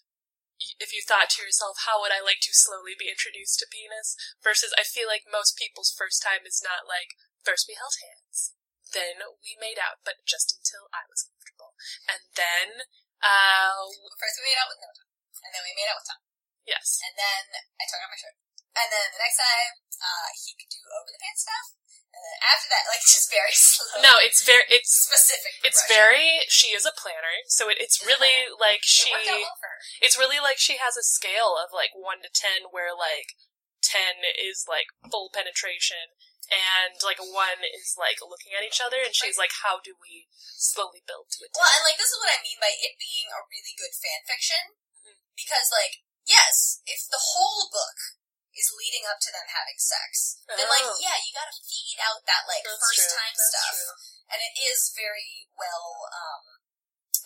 S3: y- if you thought to yourself, how would I like to slowly be introduced to penis? Versus, I feel like most people's first time is not like, first we held hands, then we made out, but just until I was comfortable. And then, uh,
S2: first we made out with no tongue, and then we made out with tongue,
S3: yes.
S2: and then I took on my shirt, and then the next time uh, he could do over the pants stuff, and then after that, like just very slow.
S3: No, it's very. It's
S2: specific.
S3: It's
S2: progression.
S3: very. She is a planner, so it, it's really like she.
S2: It worked out well for her.
S3: It's really like she has a scale of like one to ten, where like ten is like full penetration, and like one is like looking at each other, and she's like, "How do we slowly build to it?"
S2: Well, and like this is what I mean by it being a really good fan fiction,
S3: Mm-hmm.
S2: because like yes, if the whole book is leading up to them having sex, then like
S3: Oh.
S2: yeah, you gotta feed out that like
S3: That's
S2: first
S3: true.
S2: time
S3: That's
S2: stuff,
S3: true.
S2: and it is very well um,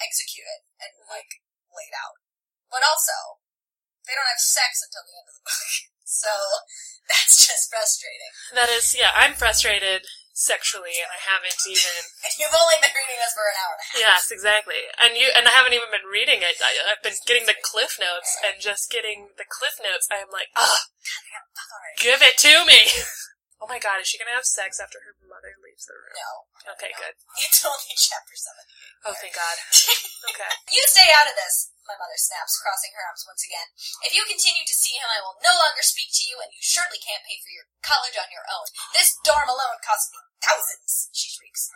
S2: executed and
S3: Mm-hmm.
S2: like laid out. But also, they don't have sex until the end of the book, so that's just frustrating.
S3: That is, yeah. I'm frustrated sexually, and I haven't even.
S2: And you've only been reading this for an hour and a half.
S3: Yes, exactly. And you and I haven't even been reading it. I, I've been getting the cliff notes, and just getting the cliff notes. I'm like, ah,
S2: Sorry.
S3: Give it to me. oh my god, is she gonna have sex after her mother leaves the room?
S2: No,
S3: Okay, good.
S2: it's only chapter seven.
S3: Oh, thank God. Okay.
S2: You stay out of this, my mother snaps, crossing her arms once again. If you continue to see him, I will no longer speak to you, and you surely can't pay for your college on your own. This dorm alone costs me thousands, she shrieks.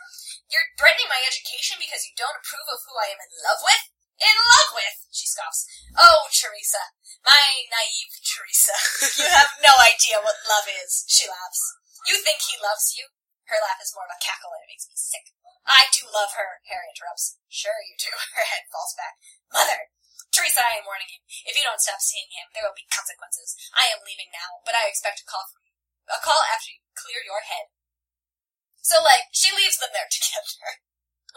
S2: You're threatening my education because you don't approve of who I am in love with? In love with, she scoffs. Oh, Teresa, my naive Teresa. You have no idea what love is, she laughs. You think he loves you? Her laugh is more of a cackle and it makes me sick. I do love her, Harry interrupts. Sure you do. Her head falls back. Mother! Teresa, I am warning you. If you don't stop seeing him, there will be consequences. I am leaving now, but I expect a call from you. A call after you clear your head. So, like, she leaves them there together.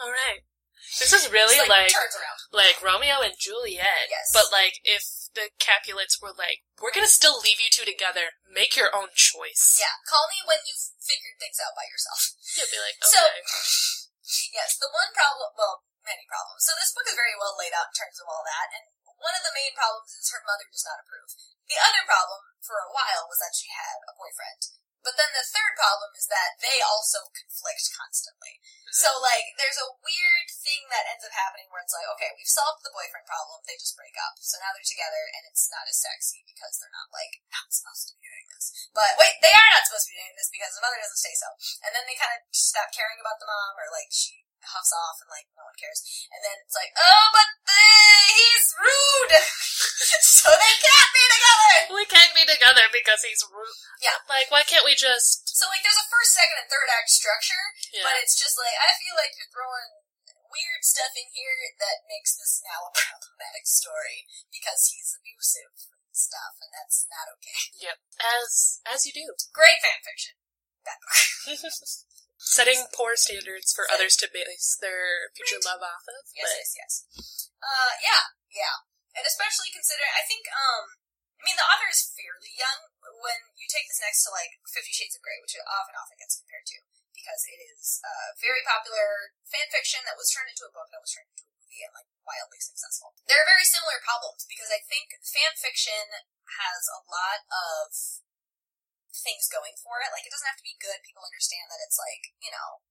S3: All right. This is really
S2: Just,
S3: like
S2: turns around.
S3: like Romeo and Juliet.
S2: Yes.
S3: But like if the Capulets were like, we're gonna still leave you two together. Make your own choice.
S2: Yeah, call me when you've figured things out by yourself.
S3: You'll be like,
S2: So-
S3: okay.
S2: Yes, the one problem, well, many problems. So this book is very well laid out in terms of all that, and one of the main problems is her mother does not approve. The other problem, for a while, was that she had a boyfriend. But then the third problem is that they also conflict constantly. So, like, there's a weird thing that ends up happening where it's like, okay, we've solved the boyfriend problem, they just break up. So now they're together, and it's not as sexy because they're not, like, not supposed to be doing this. But wait, they are not supposed to be doing this because the mother doesn't say so. And then they kind of stop caring about the mom, or like she huffs off, and like no one cares. And then it's like, oh, but they, he's rude, so they can't be together.
S3: we can't be together because he's rude.
S2: Yeah.
S3: Like, why can't we just?
S2: So like, there's a first, second, and third act structure,
S3: Yeah.
S2: but it's just like I feel like you're throwing weird stuff in here that makes this now a problematic story because he's abusive and stuff, and that's not okay.
S3: yep. As as you do.
S2: Great fan fiction. That book.
S3: Setting poor standards for others to base their future love off of.
S2: Yes, yes, yes. Uh, yeah, yeah. And especially considering, I think, um, I mean, the author is fairly young when you take this next to, like, Fifty Shades of Grey, which it often, often gets compared to, because it is uh, very popular fan fiction that was turned into a book that was turned into a movie and, like, wildly successful. There are very similar problems, because I think fan fiction has a lot of things going for it. Like, it doesn't have to be good. People understand that it's, like, you know,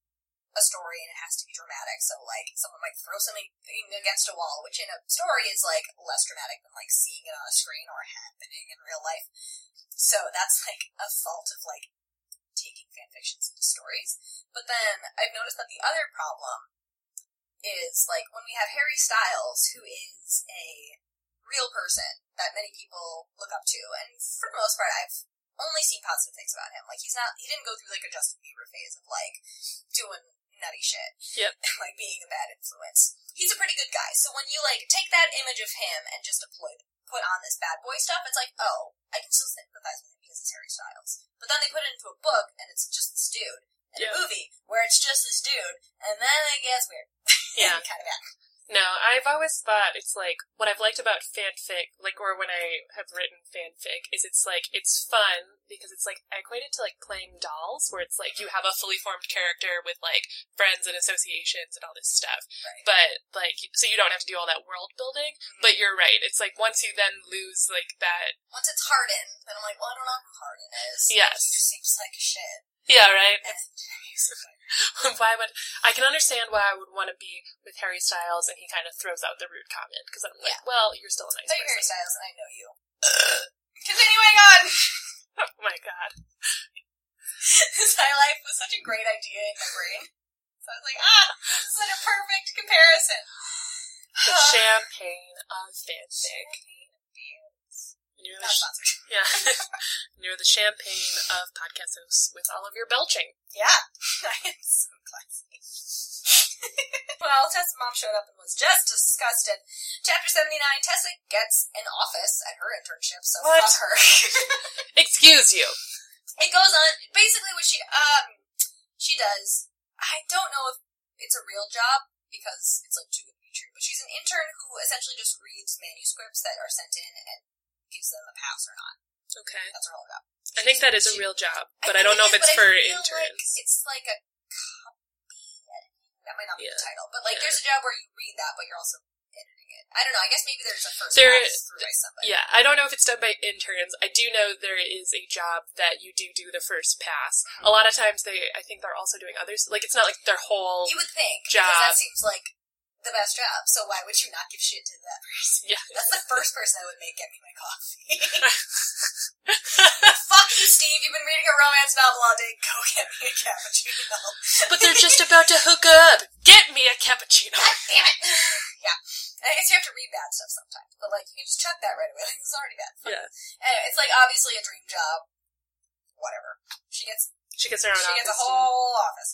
S2: a story and it has to be dramatic. So like someone might throw something against a wall, which in a story is like less dramatic than like seeing it on a screen or happening in real life. So that's like a fault of like taking fan fictions into stories. But then I've noticed that the other problem is like when we have Harry Styles, who is a real person that many people look up to, and for the most part, I've only seen positive things about him. Like he's not he didn't go through like a Justin Bieber phase of like doing nutty shit.
S3: Yep.
S2: like being a bad influence. He's a pretty good guy. So when you like take that image of him and just deploy put on this bad boy stuff, it's like, oh, I can still sympathize with him because it's Harry Styles. But then they put it into a book and it's just this dude. And a
S3: Yeah.
S2: movie where it's just this dude and then it gets weird.
S3: Yeah.
S2: kind of bad.
S3: No, I've always thought it's like what I've liked about fanfic, like, or when I have written fanfic, is it's like it's fun because it's like I equate it to like playing dolls, where it's like you have a fully formed character with like friends and associations and all this stuff.
S2: Right.
S3: But like, so you don't have to do all that world building. But you're right; it's like once you then lose like that.
S2: Once it's hardened, then I'm like, well, I don't know who Harden is.
S3: Yes.
S2: He just seems like shit.
S3: Yeah, right.
S2: And he's a
S3: why would I can understand why I would want to be with Harry Styles, and he kind of throws out the rude comment because I'm like, well, you're still a nice
S2: So you're Harry
S3: person.
S2: Styles, and I know you. Continuing on,
S3: Oh my god.
S2: High Life was such a great idea in my brain. So I was like, ah, this is such a perfect comparison.
S3: The champagne of fanfic. You're
S2: Not
S3: the, sh-
S2: sponsored.
S3: yeah. You're the champagne of podcast hosts with all of your belching.
S2: Yeah, I am so classy. well, Tessa's mom showed up and was just disgusted. Chapter 79, Tessa gets an office at her internship, so
S3: What?
S2: fuck her.
S3: Excuse you.
S2: it goes on basically what she um she does i don't know if it's a real job because it's like too good to be true but she's an intern who essentially just reads manuscripts that are sent in and gives them a pass or not
S3: Okay.
S2: that's her whole job
S3: I think that is a real job, but I, don't know
S2: think it
S3: if it's
S2: is,
S3: for
S2: but I feel like
S3: interns.
S2: it's like a copy editing. that might not be the
S3: Yeah.
S2: title but like
S3: Yeah.
S2: there's a job where you read that but you're also editing it i don't know i guess maybe there's a first
S3: There-
S2: pass through by somebody
S3: yeah, I don't know if it's done by interns. I do know there is a job that you do do the first pass.
S2: Mm-hmm.
S3: A lot of times they, I think they're also doing others. Like it's not like their whole.
S2: you would think
S3: Job.
S2: because that seems like the best job so why would you not give shit to that person
S3: Yeah.
S2: That's the first person I would make get me my coffee. Fuck you, Steve. You've been reading a romance novel all day. Go get me a cappuccino.
S3: but they're just about to hook up. Get me a cappuccino.
S2: Damn it. yeah. And I guess you have to read bad stuff sometimes, but like you can just chuck that right away. Like it's already bad. Fuck.
S3: Yeah.
S2: Anyway, it's like obviously a dream job. Whatever. She gets
S3: She gets her own
S2: she gets a
S3: office, too.
S2: whole office.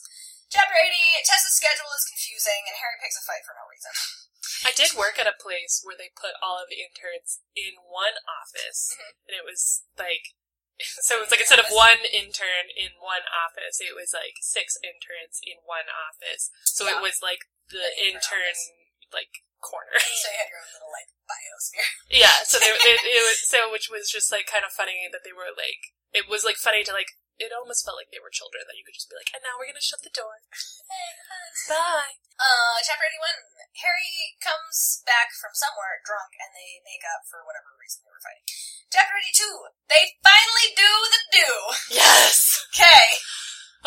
S2: Chapter 80, Tessa's schedule is confusing, and Harry picks a fight for no reason.
S3: I did work at a place where they put all of the interns in one office,
S2: Mhm.
S3: and it was like, so it was like instead of one intern in one office, it was like six interns in one office. So
S2: Yeah.
S3: it was like the
S2: The intern
S3: intern like corner.
S2: So you had your own little, like, biosphere.
S3: yeah. So they, they, it was so which was just like kind of funny that they were like it was like funny to like it almost felt like they were children that you could just be like and now we're gonna shut the door. Bye.
S2: Uh, chapter 81. Harry comes back from somewhere drunk and they make up for whatever reason they were fighting. Chapter 82. They finally do the do.
S3: Yes.
S2: Okay.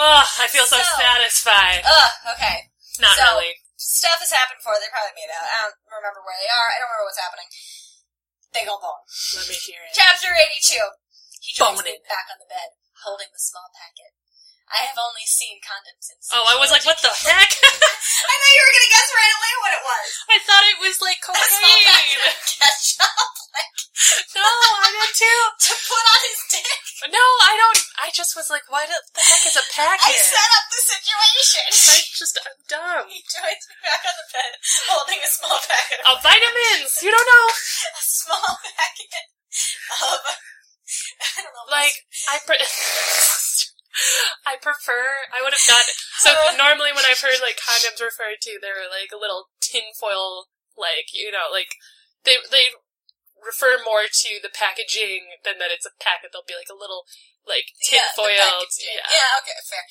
S3: Oh, I feel so,
S2: So-
S3: satisfied.
S2: Ugh, okay.
S3: Not
S2: so-
S3: really.
S2: Stuff has happened before. They probably made out. I don't remember where they are. I don't remember what's happening. They go bone.
S3: Let me hear it.
S2: Chapter 82. He drags me
S3: Boning.
S2: back on the bed, holding the small packet. I have only seen condoms in
S3: Oh, I was like, what the heck?
S2: I know you were gonna guess right away what it was.
S3: I thought it was like cocaine.
S2: A small packet of ketchup
S3: no, I did too.
S2: to put on his dick.
S3: No, I don't. I just was like, what the heck is a packet?
S2: I set up the situation.
S3: I just, I'm dumb.
S2: He joins me back on the bed, holding a small packet,
S3: Oh, vitamins. You don't know.
S2: a small packet of. I don't know.
S3: Like, I pre- I prefer. I would have not. So normally, when I've heard like condoms referred to, they're like a little tinfoil, like you know, like they they refer more to the packaging than that it's a packet. They'll be like a little like
S2: Yeah, the
S3: tinfoil.
S2: packaging. yeah. Okay. Fair.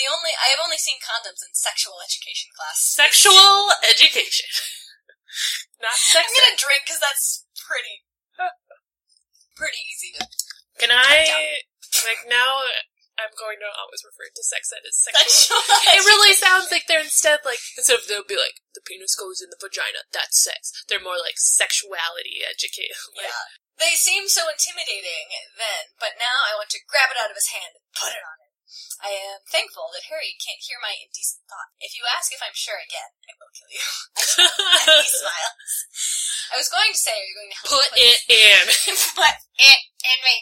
S2: The only I have only seen condoms in sexual education class.
S3: Sexual education. Not sex.
S2: I'm gonna drink because that's pretty. Pretty easy to
S3: Can I like now? I'm going to always refer to sex ed as sexual.
S2: sexual.
S3: It really sounds like they're instead like instead of they'll be like the penis goes in the vagina. That's sex. They're more like sexuality education. Like,
S2: Yeah. They seemed so intimidating then, but now I want to grab it out of his hand and put it on him. I am thankful that Harry can't hear my indecent thought. If you ask if I'm sure again, I will kill you. he smiles. I was going to say, are you going to help me
S3: Put it in.
S2: put it and me.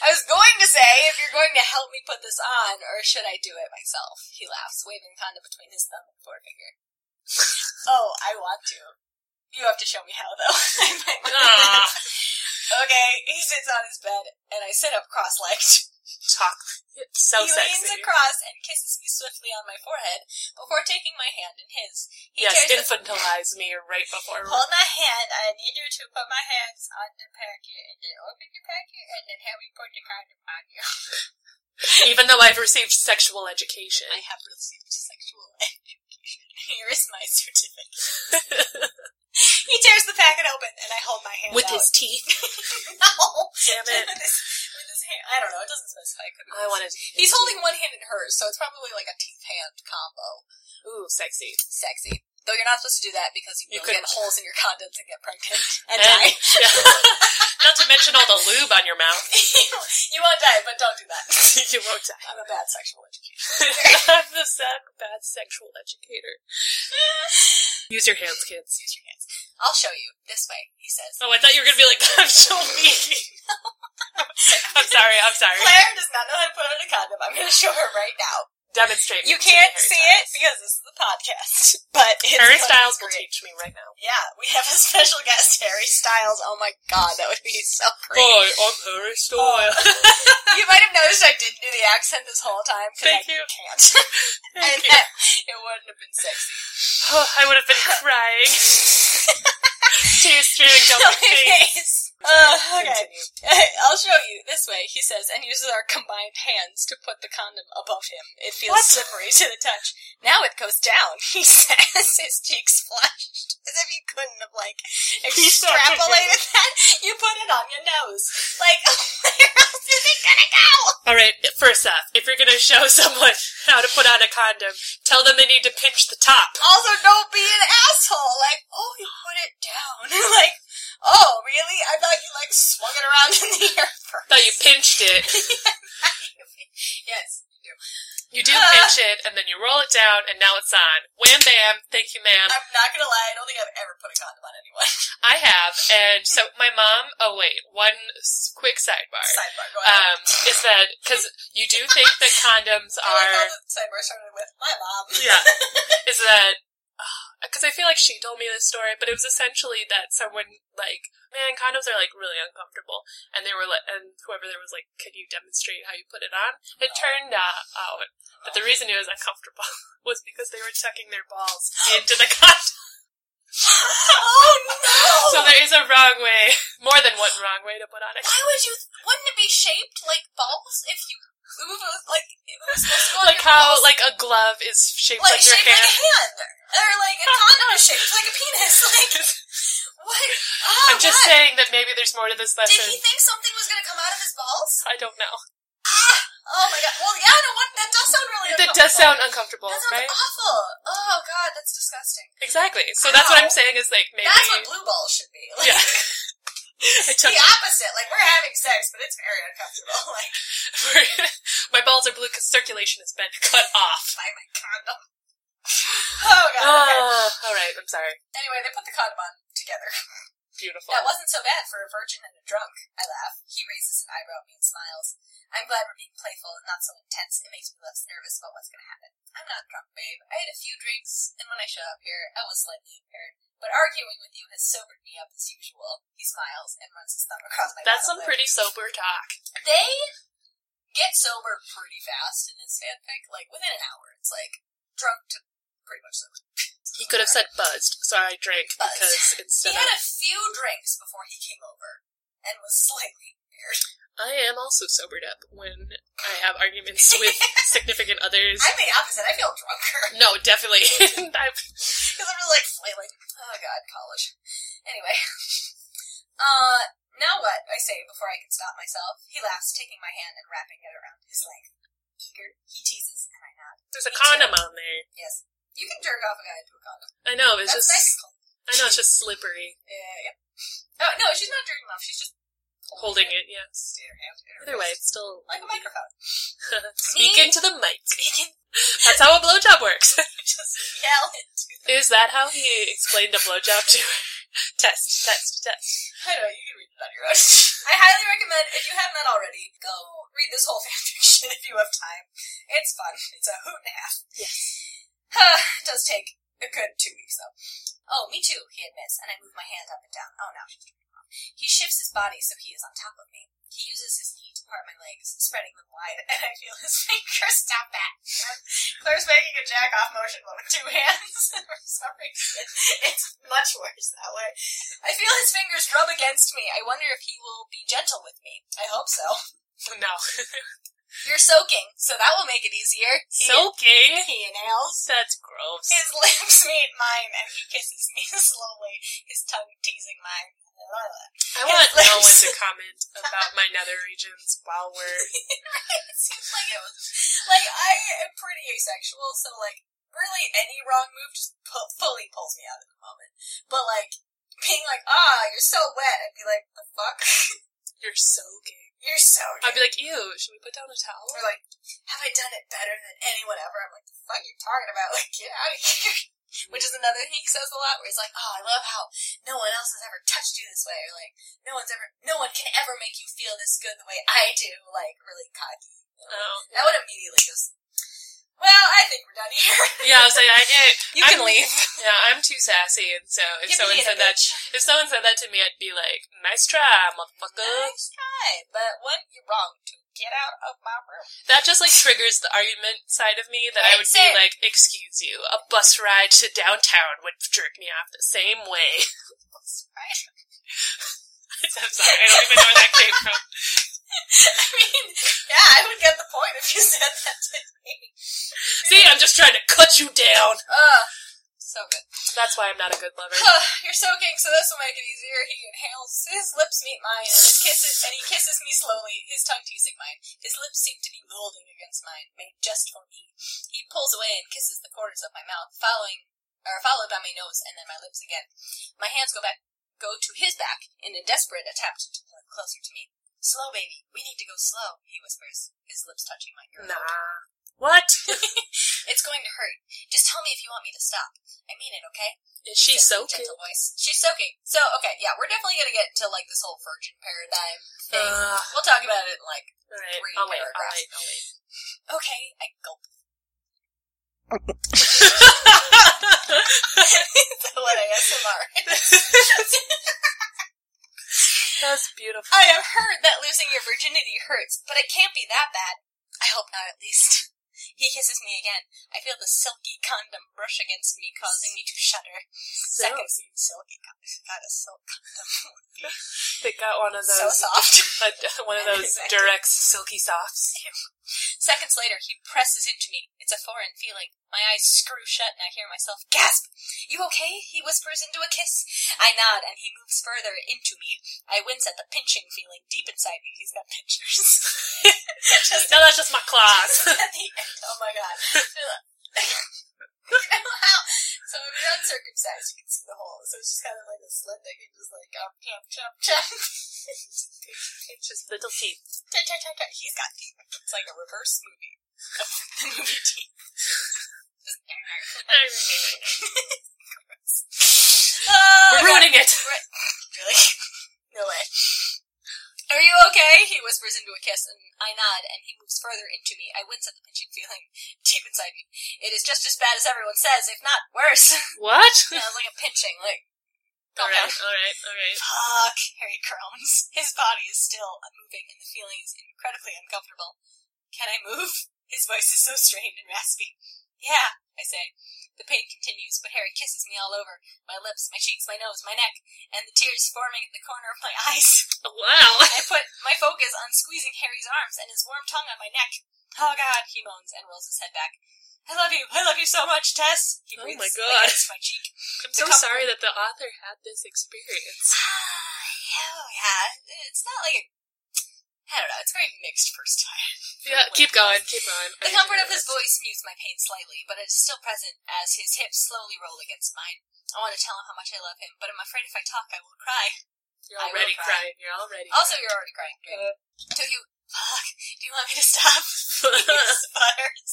S2: I was going to say, if you're going to help me put this on, or should I do it myself? He laughs, waving Conda between his thumb and forefinger. oh, I want to. You have to show me how, though. I might want to.
S3: Ah,
S2: okay, he sits on his bed, and I sit up cross-legged.
S3: chocolate. So
S2: he
S3: sexy.
S2: leans across and kisses me swiftly on my forehead before taking my hand in his. He
S3: yes,
S2: tears the-
S3: infantilize me right before.
S2: Hold my hand. I need you to put my hands on the packet and then open the packet and then have me put the condom on you.
S3: Even though I've received sexual education.
S2: I have received sexual education. Here is my certificate. He tears the packet open and I hold my hand
S3: With
S2: out.
S3: his teeth.
S2: no.
S3: Damn it.
S2: with, his, with his hand. I don't know. It doesn't specify. It could be
S3: I
S2: his.
S3: wanted to be.
S2: He's holding one hand in hers, so it's probably like a teeth hand combo.
S3: Ooh, sexy.
S2: Sexy. Though you're not supposed to do that because you,
S3: You
S2: will get
S3: could-
S2: holes in your condoms and get pregnant and
S3: And-
S2: die.
S3: Yeah. Not to mention all the lube on your mouth.
S2: you won't die, but don't do that.
S3: you won't die.
S2: I'm a bad sexual educator.
S3: I'm the sad, bad sexual educator. Use your hands, kids.
S2: Use your hands. I'll show you. This way, he says.
S3: Oh, I thought you were gonna be like, I'm so mean. I'm sorry, I'm sorry.
S2: Claire does not know how to put on a condom. I'm going to show her right now.
S3: Demonstrate.
S2: You can't see it because this is the podcast, but it's
S3: Harry
S2: going
S3: Styles will
S2: great.
S3: teach me right now.
S2: Yeah, we have a special guest, Harry Styles. Oh my god, that would be so great. Oh,
S3: Hi, I'm Harry Styles.
S2: you might have noticed I didn't do the accent this whole time because I
S3: Thank you.
S2: can't. and
S3: Thank you.
S2: that- it wouldn't have been sexy.
S3: Oh, I would have been crying. Tears streaming down my face.
S2: Oh, okay.
S3: Continue.
S2: I'll show you this way, he says, and uses our combined hands to put the condom above him. It feels
S3: What?
S2: slippery to the touch. Now it goes down, he says, his cheeks flushed, as if he couldn't have, like,
S3: stuck it in.
S2: extrapolated that. You put it on your nose. Like, where else is it gonna go?
S3: All right. First off, if you're gonna show someone how to put on a condom, tell them they need to pinch the top.
S2: Also, don't be an asshole. Like, oh, you put it down. like, oh, really? I thought you, like, swung it around in the air first.
S3: Thought you pinched it.
S2: yes, you do.
S3: You do pinch it, and then you roll it down, and now it's on. Wham bam. Thank you, ma'am.
S2: I'm not gonna lie, I don't think I've ever put a condom on anyone.
S3: I have, and so my mom. Oh wait, one s- quick sidebar.
S2: Sidebar, go ahead.
S3: Um, is that because you do think that condoms
S2: I like how
S3: are?
S2: the sidebar started with my mom. Oh,
S3: Yeah. Is that? Because I feel like she told me this story, but it was essentially that someone like, man, condoms are like really uncomfortable, and they were like, and whoever there was like, could you demonstrate how you put it on? It turned out, out that the reason it was uncomfortable was because they were tucking their balls into the condom.
S2: oh no!
S3: So there is a wrong way, more than one wrong way to put on a
S2: Why would you? Wouldn't it be shaped like balls if you move it with, like it was supposed to go on
S3: like
S2: your
S3: how
S2: balls?
S3: like a glove is shaped
S2: like
S3: like, your
S2: shaped
S3: hand.
S2: like a hand or like a condom is shaped like a penis? Like what? Oh,
S3: I'm just
S2: God.
S3: saying that maybe there's more to this
S2: Did
S3: lesson.
S2: he think something was gonna come out of his balls?
S3: I don't know.
S2: Oh my god! Well, yeah, no, what, that does sound really.
S3: That does sound
S2: uncomfortable. That sounds
S3: uncomfortable, right?
S2: awful. Oh god, that's disgusting.
S3: Exactly. So that's what
S2: Ow.
S3: I'm saying is like maybe
S2: That's what blue balls should be. Like,
S3: yeah. I took
S2: the opposite. Like we're having sex, but it's very uncomfortable. Like
S3: my balls are blue because circulation has been cut off.
S2: buy my condom. Oh god. Okay.
S3: Oh, all right. I'm sorry.
S2: Anyway, they put the condom on together.
S3: Beautiful.
S2: That wasn't so bad for a virgin and a drunk. I laugh. He raises an eyebrow at me and smiles. I'm glad we're being playful and not so intense. It makes me less nervous about what's going to happen. I'm not drunk, babe. I had a few drinks, and when I showed up here, I was slightly impaired. But arguing with you has sobered me up as usual. He smiles and runs his thumb across my.
S3: That's some
S2: bottom lip.
S3: pretty sober talk.
S2: they get sober pretty fast in this fanfic, like within an hour. It's like drunk to pretty much sober.
S3: He could have said buzzed, so I drank
S2: Buzzed.
S3: because
S2: He
S3: instead
S2: had
S3: of
S2: a few drinks before he came over and was slightly impaired.
S3: I am also sobered up when I have arguments with significant others.
S2: I'm the opposite. I feel drunker
S3: No, definitely. I've,
S2: because I'm really like flailing. Oh god, college. Anyway, uh, now what? I say before I can stop myself. He laughs, taking my hand and wrapping it around his leg. Eager, he teases, and I nod.
S3: there's a condom on there.
S2: Yes, you can jerk off a guy into a condom.
S3: I know it's
S2: That's
S3: just.
S2: nice and cold.
S3: I know it's just slippery.
S2: Yeah, yeah. Oh, no, she's not jerking off. She's just
S3: Holding it, yes.
S2: in her hand, in her
S3: Either way,
S2: wrist.
S3: it's still
S2: Like a microphone.
S3: speak into the mic.
S2: You can
S3: That's how a blowjob works.
S2: just yell into
S3: Is that how he explained a blowjob to her? Test, test, test.
S2: I don't know, you can read it on your own. I highly recommend recommend, if you haven't already, go read this whole fanfiction if you have time. It's fun. It's a hoot and a half.
S3: Yes.
S2: Huh, it does take a good two weeks, though. Oh, me too, he admits, and I move my hand up and down. Oh, now she's turning off. He shifts his body so he is on top of me. He uses his knee to part my legs, spreading them wide, and I feel his fingers stop that. Claire's making a jack off motion with two hands. I'm sorry. It's much worse that way. I feel his fingers rub against me. I wonder if he will be gentle with me. I hope so.
S3: No.
S2: You're soaking, so that will make it easier. He
S3: Soaking?
S2: he inhales.
S3: That's gross.
S2: His lips meet mine, and he kisses me slowly, his tongue teasing mine.
S3: I want
S2: his
S3: no one
S2: lips.
S3: to comment about my nether regions while we're.
S2: it seems like it was like I am pretty asexual, so like really any wrong move just pu- fully pulls me out of the moment. But like being like, ah, you're so wet, I'd be like, the fuck,
S3: You're soaking.
S2: you're so.
S3: I'd be like, ew, should we put down a towel?
S2: Or like, have I done it better than anyone ever? I'm like, the fuck you talking about? Like, get out of here. Which is another thing he says a lot, where he's like, oh, I love how no one else has ever touched you this way, or like, no one's ever, no one can ever make you feel this good the way I do, like, really cocky. you know?
S3: Oh.
S2: That would immediately just, well, I think we're done here.
S3: Yeah, I was like, I, it,
S2: You can
S3: I'm-
S2: leave.
S3: Yeah, I'm too sassy, and so if
S2: Give
S3: someone
S2: me a
S3: said that, if someone said that to me, I'd be like, "Nice try, motherfucker."
S2: Nice try, but one, you're wrong to get out of my room.
S3: That just like triggers the argument side of me that I would
S2: That's it.
S3: be like, "Excuse you, a bus ride to downtown would jerk me off the same way."
S2: Right?
S3: I'm sorry, I don't even know where that came from.
S2: I mean, yeah, I would get the point if you said that to me.
S3: See, I'm just trying to cut you down.
S2: Ugh, so good.
S3: That's why I'm not a good lover.
S2: You're soaking, so this will make it easier. He inhales, his lips meet mine, and his kisses, and he kisses me slowly, his tongue teasing mine. His lips seem to be molding against mine, made just for me. He pulls away and kisses the corners of my mouth, following, or followed by my nose, and then my lips again. My hands go back, go to his back in a desperate attempt to pull him closer to me. Slow, baby. We need to go slow. He whispers, his lips touching my ear.
S3: Nah. What?
S2: It's going to hurt. Just tell me if you want me to stop. I mean it, okay?
S3: Is she
S2: says in a
S3: soaking?
S2: Gentle voice. She's soaking. So okay, yeah, we're definitely gonna get into like this whole virgin paradigm thing.
S3: Ugh.
S2: we'll talk about it in like
S3: All right,
S2: Three
S3: I'll wait. I'll
S2: paragraphs.
S3: wait. I'll wait.
S2: okay, I gulp. so what ASMR.
S3: That's beautiful.
S2: I have heard that losing your virginity hurts, but it can't be that bad. I hope not, at least. He kisses me again. I feel the silky condom brush against me, causing me to shudder.
S3: So,
S2: Seconds, silky condom. God, a silk condom.
S3: they got one of
S2: So
S3: those
S2: soft.
S3: a- one of those
S2: Exactly.
S3: Durex silky softs.
S2: Seconds later, he presses into me. It's a foreign feeling. My eyes screw shut and I hear myself gasp. You okay? He whispers into a kiss. I nod and he moves further into me. I wince at the pinching feeling deep inside me. He's got pinchers. Just
S3: No, that's just my claws.
S2: at the end. Oh my god. wow. So if you're uncircumcised, you can see the hole. So it's just kind of like a slit that you just like, um, chop, chop, chop.
S3: it's just little teeth.
S2: Tut, tut, tut, tut. He's got teeth. It's like a reverse movie. of the movie teeth. Oh,
S3: We're ruining it.
S2: Really? No way. Are you okay? He whispers into a kiss, and I nod, and he moves further into me. I wince at the pinching feeling deep inside me. It is just as bad as everyone says, if not worse.
S3: What?
S2: Sounds like a pinching, like.
S3: All
S2: calm
S3: right, all
S2: down.
S3: right, all right.
S2: Fuck, Harry groans. His body is still unmoving, and the feeling is incredibly uncomfortable. Can I move? His voice is so strained and raspy. Yeah, I say. The pain continues, but Harry kisses me all over my lips, my cheeks, my nose, my neck, and the tears forming at the corner of my eyes.
S3: Wow.
S2: I put my focus on squeezing Harry's arms and his warm tongue on my neck. Oh God, he moans and rolls his head back. I love you. I love you so much, Tess. He
S3: Oh, my
S2: breathes
S3: God.
S2: against my cheek.
S3: I'm so
S2: couple-
S3: sorry that the author had this experience.
S2: oh yeah, it's not like a, I don't know. It's very mixed first time.
S3: Yeah, keep going, keep going.
S2: The comfort of his voice mutes my pain slightly, but it is still present as his hips slowly roll against mine. I want to tell him how much I love him, but I'm afraid if I talk, I will cry.
S3: You're
S2: I will
S3: already
S2: cry.
S3: crying. You're already.
S2: Also, you're already crying. Great.
S3: Uh.
S2: Do you? Fuck. Do you want me to stop? he sputters.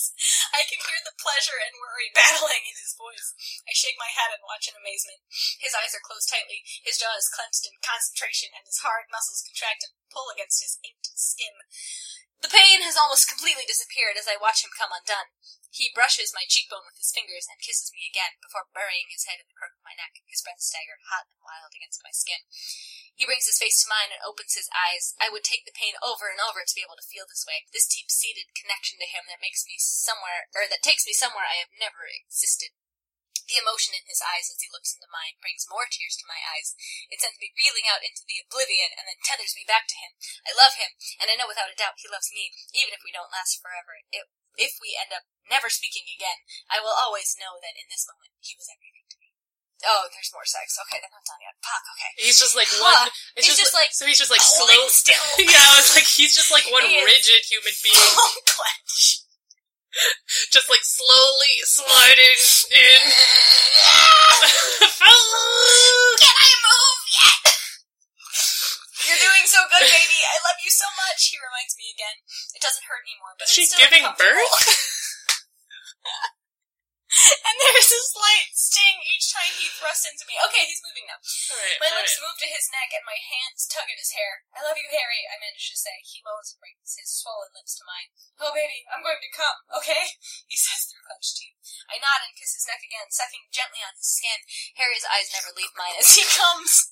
S2: I can hear the pleasure and worry battling in his voice. I shake my head and watch in amazement. His eyes are closed tightly, his jaw is clenched in concentration, and his hard muscles contract and pull against his inked skin. The pain has almost completely disappeared as I watch him come undone. He brushes my cheekbone with his fingers and kisses me again before burying his head in the crook of my neck, his breath staggered hot and wild against my skin. He brings his face to mine and opens his eyes. I would take the pain over and over to be able to feel this way, this deep seated connection to him that makes me somewhere, or that takes me somewhere I have never existed. The emotion in his eyes as he looks into mine brings more tears to my eyes. It sends me reeling out into the oblivion and then tethers me back to him. I love him, and I know without a doubt he loves me, even if we don't last forever. If, if we end up never speaking again, I will always know that in this moment he was everything to me. Oh, there's more sex. Okay, they're not done yet. Fuck, okay.
S3: He's just like
S2: Huh.
S3: one. It's
S2: He's just, like,
S3: so he's just like slow.
S2: Holding still.
S3: yeah, I was like, he's just like one
S2: He is-
S3: rigid human being,
S2: Clench.
S3: just like slowly sliding in.
S2: Can I move yet? You're doing so good, baby. I love you so much. He reminds me again. It doesn't hurt anymore. But
S3: Is she
S2: it's still
S3: giving
S2: uncomfortable. and there's a slight sting each time he thrusts into me. Okay, he's moving now.
S3: Alright,
S2: My
S3: alright.
S2: lips move to his neck and my hands tug at his hair. I love you, Harry, I manage to say. He moans and brings his swollen lips to mine. Oh, baby, I'm going to come, okay? He says through clenched teeth. I nod and kiss his neck again, sucking gently on his skin. Harry's eyes never leave mine as he comes.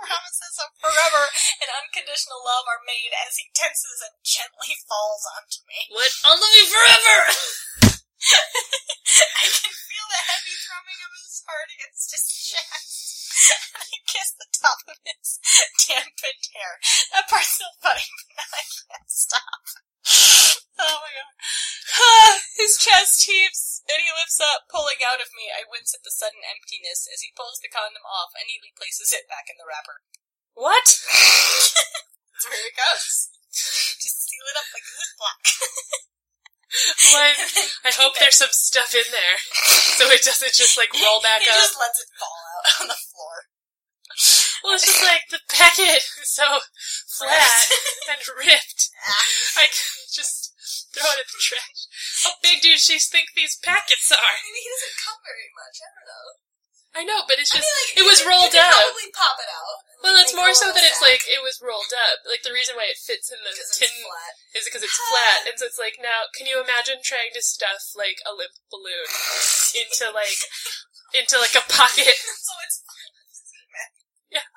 S2: Promises of forever and unconditional love are made as he tenses and gently falls onto me.
S3: What? I'll love you forever.
S2: I can feel the heavy thrumming of his heart against his chest. I kiss the top of his dampened hair. That part's so funny, but now I can't stop. Oh my god. Ah, his chest heaves, and he lifts up, pulling out of me. I wince at the sudden emptiness as he pulls the condom off and neatly places it back in the wrapper.
S3: What?
S2: That's where it goes. Just seal it up like a wood block.
S3: What? I hope there's some stuff in there, so it doesn't just like roll back
S2: he
S3: up.
S2: just lets it fall out on the floor.
S3: Well, it's just like the packet is so flat and ripped. I could just throw it at the trash. How big do she think these packets are?
S2: Maybe he doesn't come very much. I don't know.
S3: I know, but it's
S2: I
S3: just
S2: mean, like,
S3: it was
S2: you could-
S3: rolled
S2: you could
S3: up.
S2: Probably pop it out.
S3: Well, it's more so that it's like it was rolled up. Like the reason why it fits in the
S2: because
S3: tin
S2: it's flat.
S3: is because it's flat, and so it's like now. Can you imagine trying to stuff like a limp balloon into like into like a pocket?
S2: so it's.
S3: Yeah.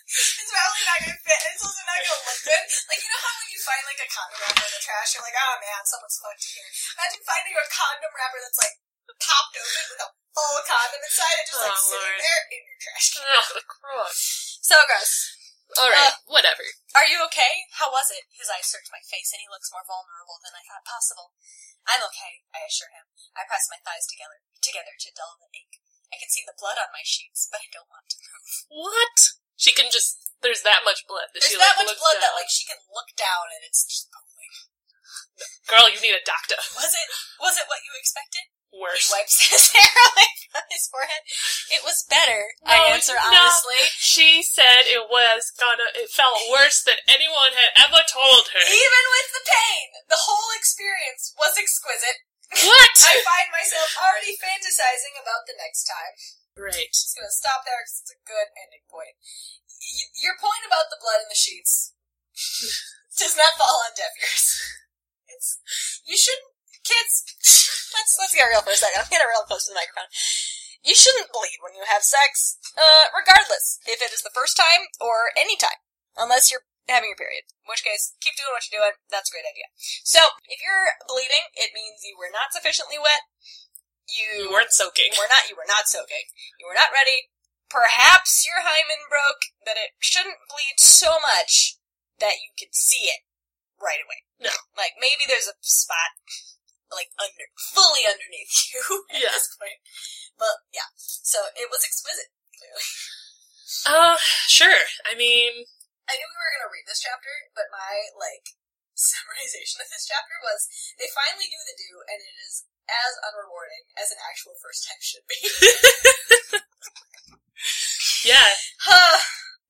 S2: it's probably not gonna fit. It's also not gonna look good. Like you know how when you find like a condom wrapper in the trash, you're like, oh man, someone's fucked here. Imagine finding a condom wrapper that's like popped open with a full condom inside and just like
S3: Oh,
S2: sitting
S3: Lord.
S2: there in your trash can.
S3: Ugh, gross.
S2: So gross.
S3: All right,
S2: Uh,
S3: whatever.
S2: Are you okay? How was it? His eyes search my face, and he looks more vulnerable than I thought possible. I'm okay, I assure him. I press my thighs together, together to dull the ache. I can see the blood on my sheets, but I don't want to move.
S3: What? She can just. There's that much blood that she
S2: There's
S3: like,
S2: that much
S3: looks
S2: blood
S3: down.
S2: that like she can look down, and it's just bubbling.
S3: Girl, you need a doctor.
S2: Was it? Was it what you expected? He
S3: Worse.
S2: wipes his hair away from his forehead. It was better.
S3: No,
S2: I answer
S3: no.
S2: honestly.
S3: She said it was gonna. It felt worse than anyone had ever told her.
S2: Even with the pain, the whole experience was exquisite.
S3: What?
S2: I find myself already fantasizing about the next time.
S3: Great.
S2: just gonna stop there because it's a good ending point. Y- your point about the blood in the sheets does not fall on deaf ears. It's you shouldn't, kids. Let's let's get real for a second. I'm getting real close to the microphone. You shouldn't bleed when you have sex, uh, regardless if it is the first time or any time, unless you're having your period. In which case, keep doing what you're doing. That's a great idea. So, if you're bleeding, it means you were not sufficiently wet.
S3: You weren't soaking.
S2: You were not. You were not soaking. You were not ready. Perhaps your hymen broke, but it shouldn't bleed so much that you could see it right away.
S3: No.
S2: Like maybe there's a spot like under, fully underneath you at
S3: Yeah.
S2: this point. But yeah, so it was exquisite. Clearly,
S3: Uh, sure. I mean,
S2: I knew we were gonna read this chapter, but my like summarization of this chapter was they finally do the do, and it is as unrewarding as an actual first time should be.
S3: yeah.
S2: Huh.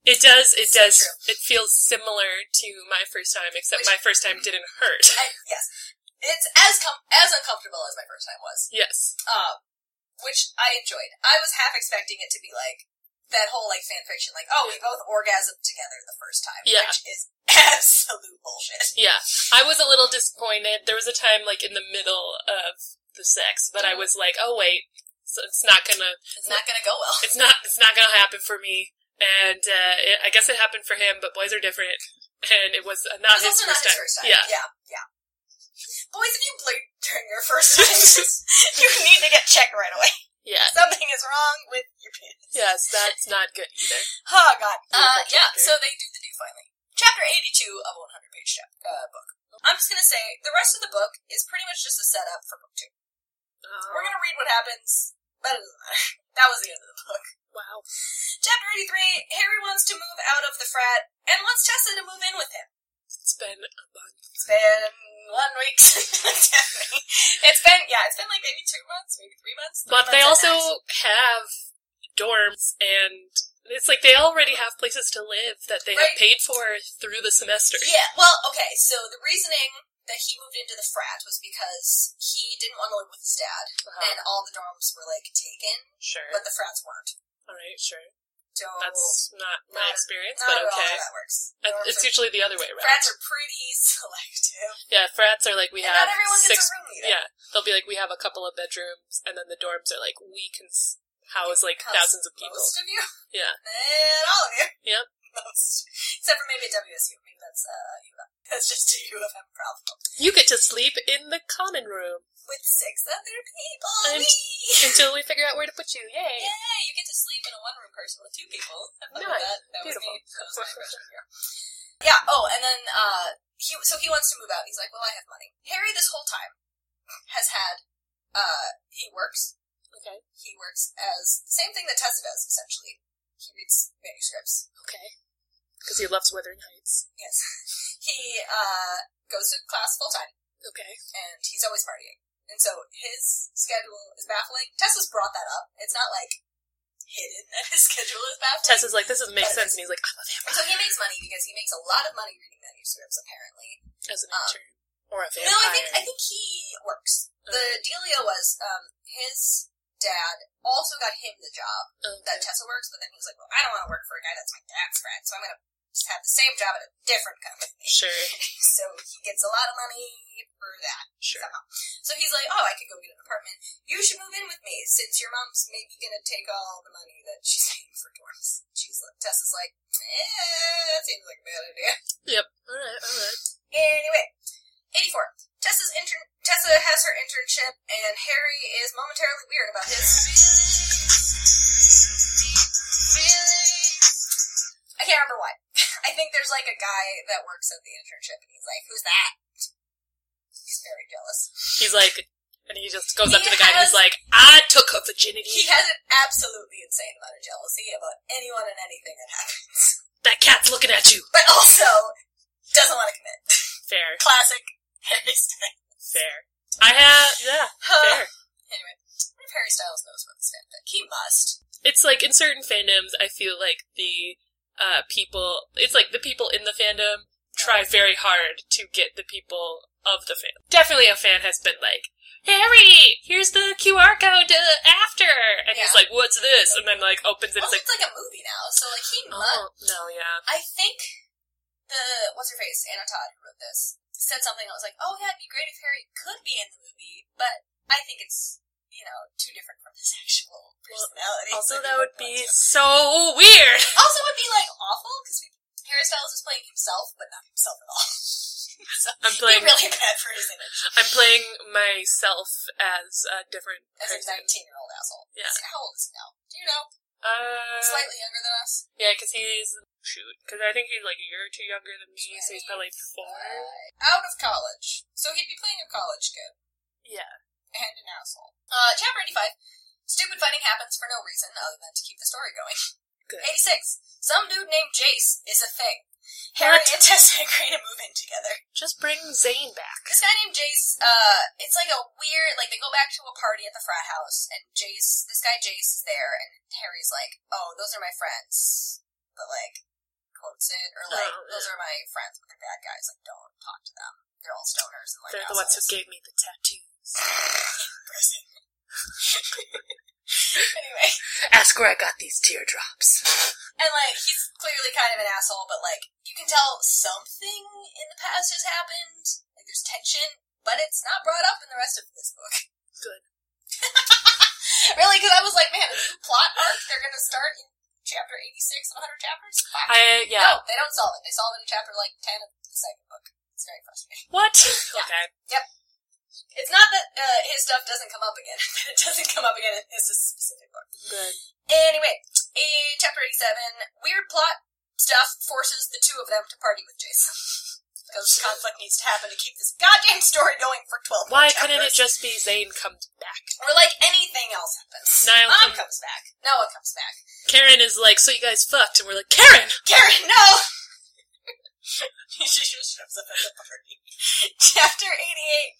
S3: It does. It
S2: So
S3: does.
S2: true.
S3: It feels similar to my first time, except my first time didn't hurt.
S2: I, yes, it's as com- as uncomfortable as my first time was,
S3: yes.
S2: uh, which I enjoyed. I was half expecting it to be like that whole like fan fiction, like oh we both orgasmed together the first time,
S3: Yeah.
S2: which is absolute bullshit.
S3: Yeah. I was a little disappointed. There was a time, like in the middle of the sex, that I was like, "Oh wait, so it's not gonna,
S2: It's not gonna go well.
S3: it's not, it's not gonna happen for me." And uh, it, I guess it happened for him, but boys are different, and it was uh, not,
S2: It's
S3: his,
S2: also not
S3: first
S2: his
S3: time.
S2: first time.
S3: Yeah.
S2: yeah, yeah. Boys, if you bleed during your first time, you need to get checked right away.
S3: Yeah.
S2: Something is wrong with your penis.
S3: Yes, that's not good either.
S2: Oh God. Uh,
S3: Beautiful
S2: yeah.
S3: chapter.
S2: So they do the do finally. Chapter eighty-two of a one hundred page chap- uh, book. I'm just gonna say the rest of the book is pretty much just a setup for book two. We're
S3: Oh,
S2: gonna read what happens, but it doesn't matter. That was the end of the book.
S3: wow.
S2: Chapter eighty-three. Harry wants to move out of the frat and wants Tessa to move in with him.
S3: It's been a month.
S2: It's been one week since that's happening. It's been yeah, it's been like maybe two months, maybe three months. three
S3: But they
S2: months at max.
S3: also have dorms, and it's like they already have places to live that they
S2: Right.
S3: have paid for through the semester.
S2: Yeah, well, okay, so the reasoning that he moved into the frat was because he didn't want to live with his dad,
S3: Uh-huh.
S2: and all the dorms were, like, taken,
S3: Sure.
S2: but the frats weren't.
S3: all right, sure.
S2: So,
S3: That's not my
S2: Not-
S3: experience,
S2: not
S3: but
S2: at all
S3: okay.
S2: how that works.
S3: Uh,
S2: Dorms
S3: It's
S2: are-
S3: usually the other way around.
S2: frats are pretty selective.
S3: yeah, frats are like we
S2: and
S3: have
S2: not everyone
S3: six.
S2: gets a room either.
S3: yeah, they'll be like we have a couple of bedrooms, and then the dorms are like we can s- house like
S2: House
S3: thousands of people.
S2: Most of you?
S3: Yeah.
S2: And all of you?
S3: Yep.
S2: Most. Except for maybe at WSU. Maybe that's, uh, U of M. That's just a U of M problem.
S3: You get to sleep in the common room
S2: With six other people!
S3: And-
S2: wee!
S3: until we figure out where to put you. Yay!
S2: Yeah, you get to sleep in a one room person with two people. I thought
S3: Nice.
S2: that. That
S3: Beautiful.
S2: was me. That was my freshman year. Yeah, oh, and then, uh, he, so he wants to move out. He's like, well, I have money. Harry, this whole time, has had, uh, he works.
S3: Okay.
S2: He works as the same thing that Tessa does, essentially. He reads manuscripts.
S3: Okay. Because he loves Wuthering Heights.
S2: Yes. He, uh, goes to class full time,
S3: Okay.
S2: and he's always partying. And so his schedule is baffling. Tessa's brought that up. It's not like hidden that his schedule is baffling.
S3: Tessa's like, this doesn't make sense, and he's like, I love him
S2: So he makes money because he makes a lot of money reading manuscripts, apparently.
S3: as an
S2: Um,
S3: intern or a vampire.
S2: No, I think I think he works. The dealio was um, his dad also got him the job
S3: Um,
S2: that Tessa works, but then he was like, "Well, I don't want to work for a guy that's my dad's friend, so I'm gonna just have the same job at a different company."
S3: sure,
S2: so he gets a lot of money for that.
S3: sure.
S2: So he's like, "Oh, I could go get an apartment. You should move in with me since your mom's maybe gonna take all the money that she's paying for dorms." She's like, Tessa's like, "Eh, seems like a bad idea."
S3: Yep. All right, all right.
S2: Anyway, 84. Tessa's intern- Tessa has her internship, and Harry is momentarily weird about his. I can't remember why. I think there's like a guy that works at the internship, and he's like, "Who's that?" He's very jealous.
S3: He's like, and he just
S2: He
S3: goes up to the guy and
S2: has-
S3: he's like, I took her virginity.
S2: He has an absolutely insane amount of jealousy about anyone and anything that happens,
S3: that cat's looking at you.
S2: but also doesn't want to commit.
S3: Fair,
S2: Classic Harry Styles.
S3: fair. I have, yeah,
S2: Uh,
S3: fair.
S2: Anyway, what if Harry Styles knows about this fanfic? He must.
S3: It's like in certain fandoms, I feel like the uh, people, it's like the people in the fandom try very hard to get the people of the fan. Definitely a fan has been like, Harry, here's the QR code to after, and he's
S2: Yeah.
S3: like, what's this? And then like opens it,
S2: Well,
S3: it's like,
S2: it's like a movie now, so like he must.
S3: oh no, yeah,
S2: I think the what's her face Anna Todd who wrote this said something. I was like, oh yeah, it'd be great if Harry could be in the movie, but I think it's you know too different from his actual personality. So
S3: Also, that
S2: he
S3: would
S2: want
S3: be
S2: to.
S3: so weird.
S2: Also, would be like awful because Harry Styles is playing himself, but not himself at all. so
S3: I'm
S2: be
S3: playing.
S2: really bad for his image
S3: I'm playing myself as a different
S2: as a
S3: person.
S2: 19 year old asshole.
S3: Yeah.
S2: How old is he now? Do you know?
S3: Uh,
S2: Slightly younger than us.
S3: yeah, because he's shoot. Because I think he's like a year or two younger than me, so he's probably four.
S2: Uh, out of college, so he'd be playing a college kid.
S3: Yeah.
S2: and an asshole. Uh, chapter 85. Stupid fighting happens for no reason other than to keep the story going.
S3: Good.
S2: 86. Some dude named Jace is a thing. Harry
S3: What?
S2: and Tessa agree to move in together.
S3: Just bring Zane back.
S2: This guy named Jace, uh, it's like a weird, like, they go back to a party at the frat house, and Jace, this guy Jace is there, and Harry's like, oh, those are my friends. But, like, quotes it, or like
S3: Oh,
S2: those are my friends, but they're bad guys. Like, don't talk to them. They're all stoners and like
S3: They're the ones who
S2: assholes.
S3: gave me the tattoos.
S2: Prison. anyway,
S3: Ask where I got these teardrops.
S2: and like he's clearly kind of an asshole, but like you can tell something in the past has happened. Like there's tension, but it's not brought up in the rest of this book.
S3: Good.
S2: really, because I was like, man, a new plot arc. They're gonna start in chapter eighty six of hundred chapters. Fuck.
S3: I yeah.
S2: No, they don't solve it. They solve it in chapter like ten of the second book. It's very frustrating.
S3: What? Okay.
S2: It's not that uh, his stuff doesn't come up again. it doesn't come up again in this specific book.
S3: Good.
S2: Anyway, eh, chapter 87, weird plot stuff forces the two of them to party with Jason. because conflict needs to happen to keep this goddamn story going for 12 more
S3: Why couldn't it
S2: chapters.
S3: just be Zane comes back?
S2: Or like anything else happens.
S3: Niall
S2: Mom
S3: come-
S2: comes back. No one comes back.
S3: Karen is like, so you guys fucked, and we're like, Karen.
S2: Karen, no! she just shows up at the party. Chapter 88,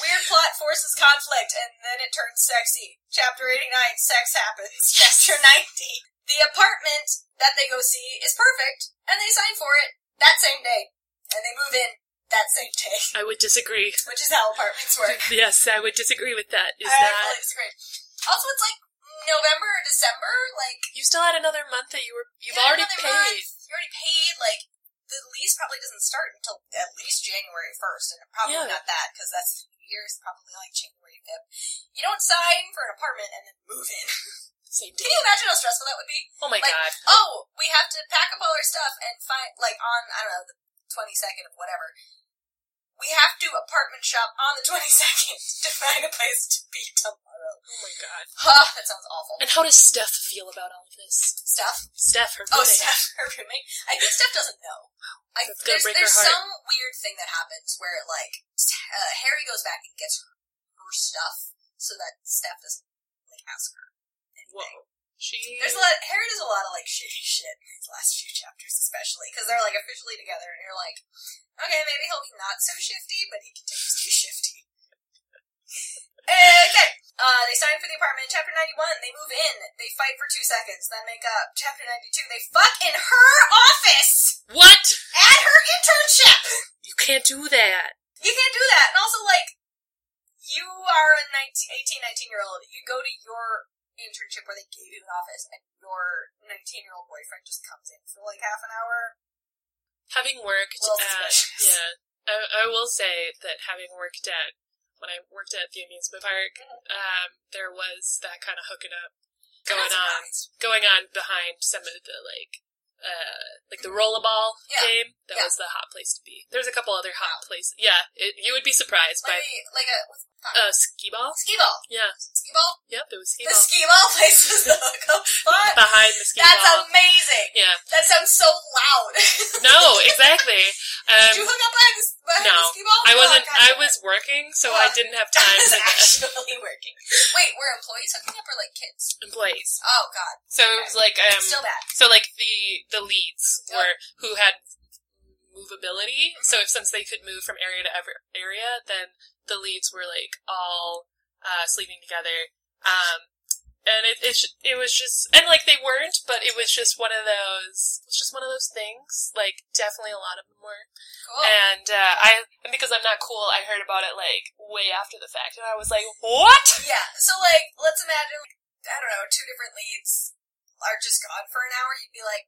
S2: weird plot forces conflict and then it turns sexy. Chapter 89, sex happens. Chapter 90, the apartment that they go see is perfect and they sign for it that same day. And they move in that same day,
S3: I would disagree.
S2: which is how apartments work.
S3: Yes, I would disagree with that. Is
S2: I
S3: that
S2: fully disagree. Also, it's like November or December, like
S3: you still had another month that you were you've
S2: Yeah,
S3: already
S2: another
S3: paid?
S2: month. You already paid. Like the lease probably doesn't start until at least January first, and probably
S3: Yeah.
S2: not that because that's New year's probably like January fifth. You don't sign for an apartment and then move in.
S3: Same
S2: Can
S3: day.
S2: you imagine how stressful that would be?
S3: Oh my
S2: like,
S3: god.
S2: Oh, we have to pack up all our stuff and find like on I don't know the twenty second of whatever. We have to apartment shop on the twenty second to find a place to be tomorrow.
S3: Oh my god.
S2: Huh, that sounds awful.
S3: And how does Steph feel about all of this?
S2: Stuff.
S3: Steph, her
S2: Oh,
S3: roommate.
S2: Steph, her roommate. I think Steph doesn't know. I,
S3: That's gonna
S2: there's
S3: break her
S2: there's
S3: heart.
S2: some weird thing that happens where like uh, Harry goes back and gets her, her stuff so that Steph doesn't like ask her. anything.
S3: Whoa. She.
S2: There's a lot. Harry does a lot of like shitty shit in these last few chapters, especially because they're like officially together, and you're like, okay, maybe he'll be not so shifty, but he continues to be shifty. okay. Uh, they sign for the apartment. Chapter 91, they move in. They fight for two seconds, then make up. Chapter 92, they fuck in her office!
S3: What?
S2: At her internship!
S3: You can't do that.
S2: You can't do that. And also, like, you are a 19, 18, 19 year old. You go to your internship where they gave you an office, and your 19 year old boyfriend just comes in for like half an hour.
S3: Having worked
S2: Well,
S3: at
S2: suspicious.
S3: yeah, I, I will say that having worked at when I worked at the amusement park, um, there was that kind of hooking up going on, going on behind some of the like. Uh, like the rollerball
S2: Yeah.
S3: game, that
S2: Yeah.
S3: was the hot place to be. There's a couple other hot places. Yeah, it, you would be surprised
S2: Like,
S3: by
S2: a- like a what's it called?
S3: uh, skee ball.
S2: ski ball.
S3: Yeah,
S2: Ski ball?
S3: yep, it was skee
S2: The
S3: ball
S2: ski ball places the hookup spot?
S3: behind the skee
S2: That's
S3: ball.
S2: amazing!
S3: yeah,
S2: That sounds so loud.
S3: no, exactly.
S2: Did you
S3: Um,
S2: hook up behind the, s- behind
S3: no,
S2: the ski ball?
S3: I
S2: Oh,
S3: wasn't.
S2: God
S3: I
S2: damn it.
S3: was working, so I
S2: Oh.
S3: didn't have
S2: That
S3: time
S2: was
S3: to
S2: actually working. Wait, were employees hooking up or like kids?
S3: employees.
S2: Oh god,
S3: So it was like um,
S2: still bad.
S3: so like the the leads
S2: Yep. Mm-hmm.
S3: were who had movability. So if since they could move from area to ever area, then the leads were like all uh, sleeping together. Um, and it it, sh- it was just and like they weren't, but it was just one of those. It's just one of those things. Like definitely a lot of them were.
S2: Cool.
S3: And uh, I and because I'm not cool, I heard about it like way after the fact, and I was like, what?
S2: Yeah. So like, let's imagine I don't know, two different leads are just gone for an hour. You'd be like,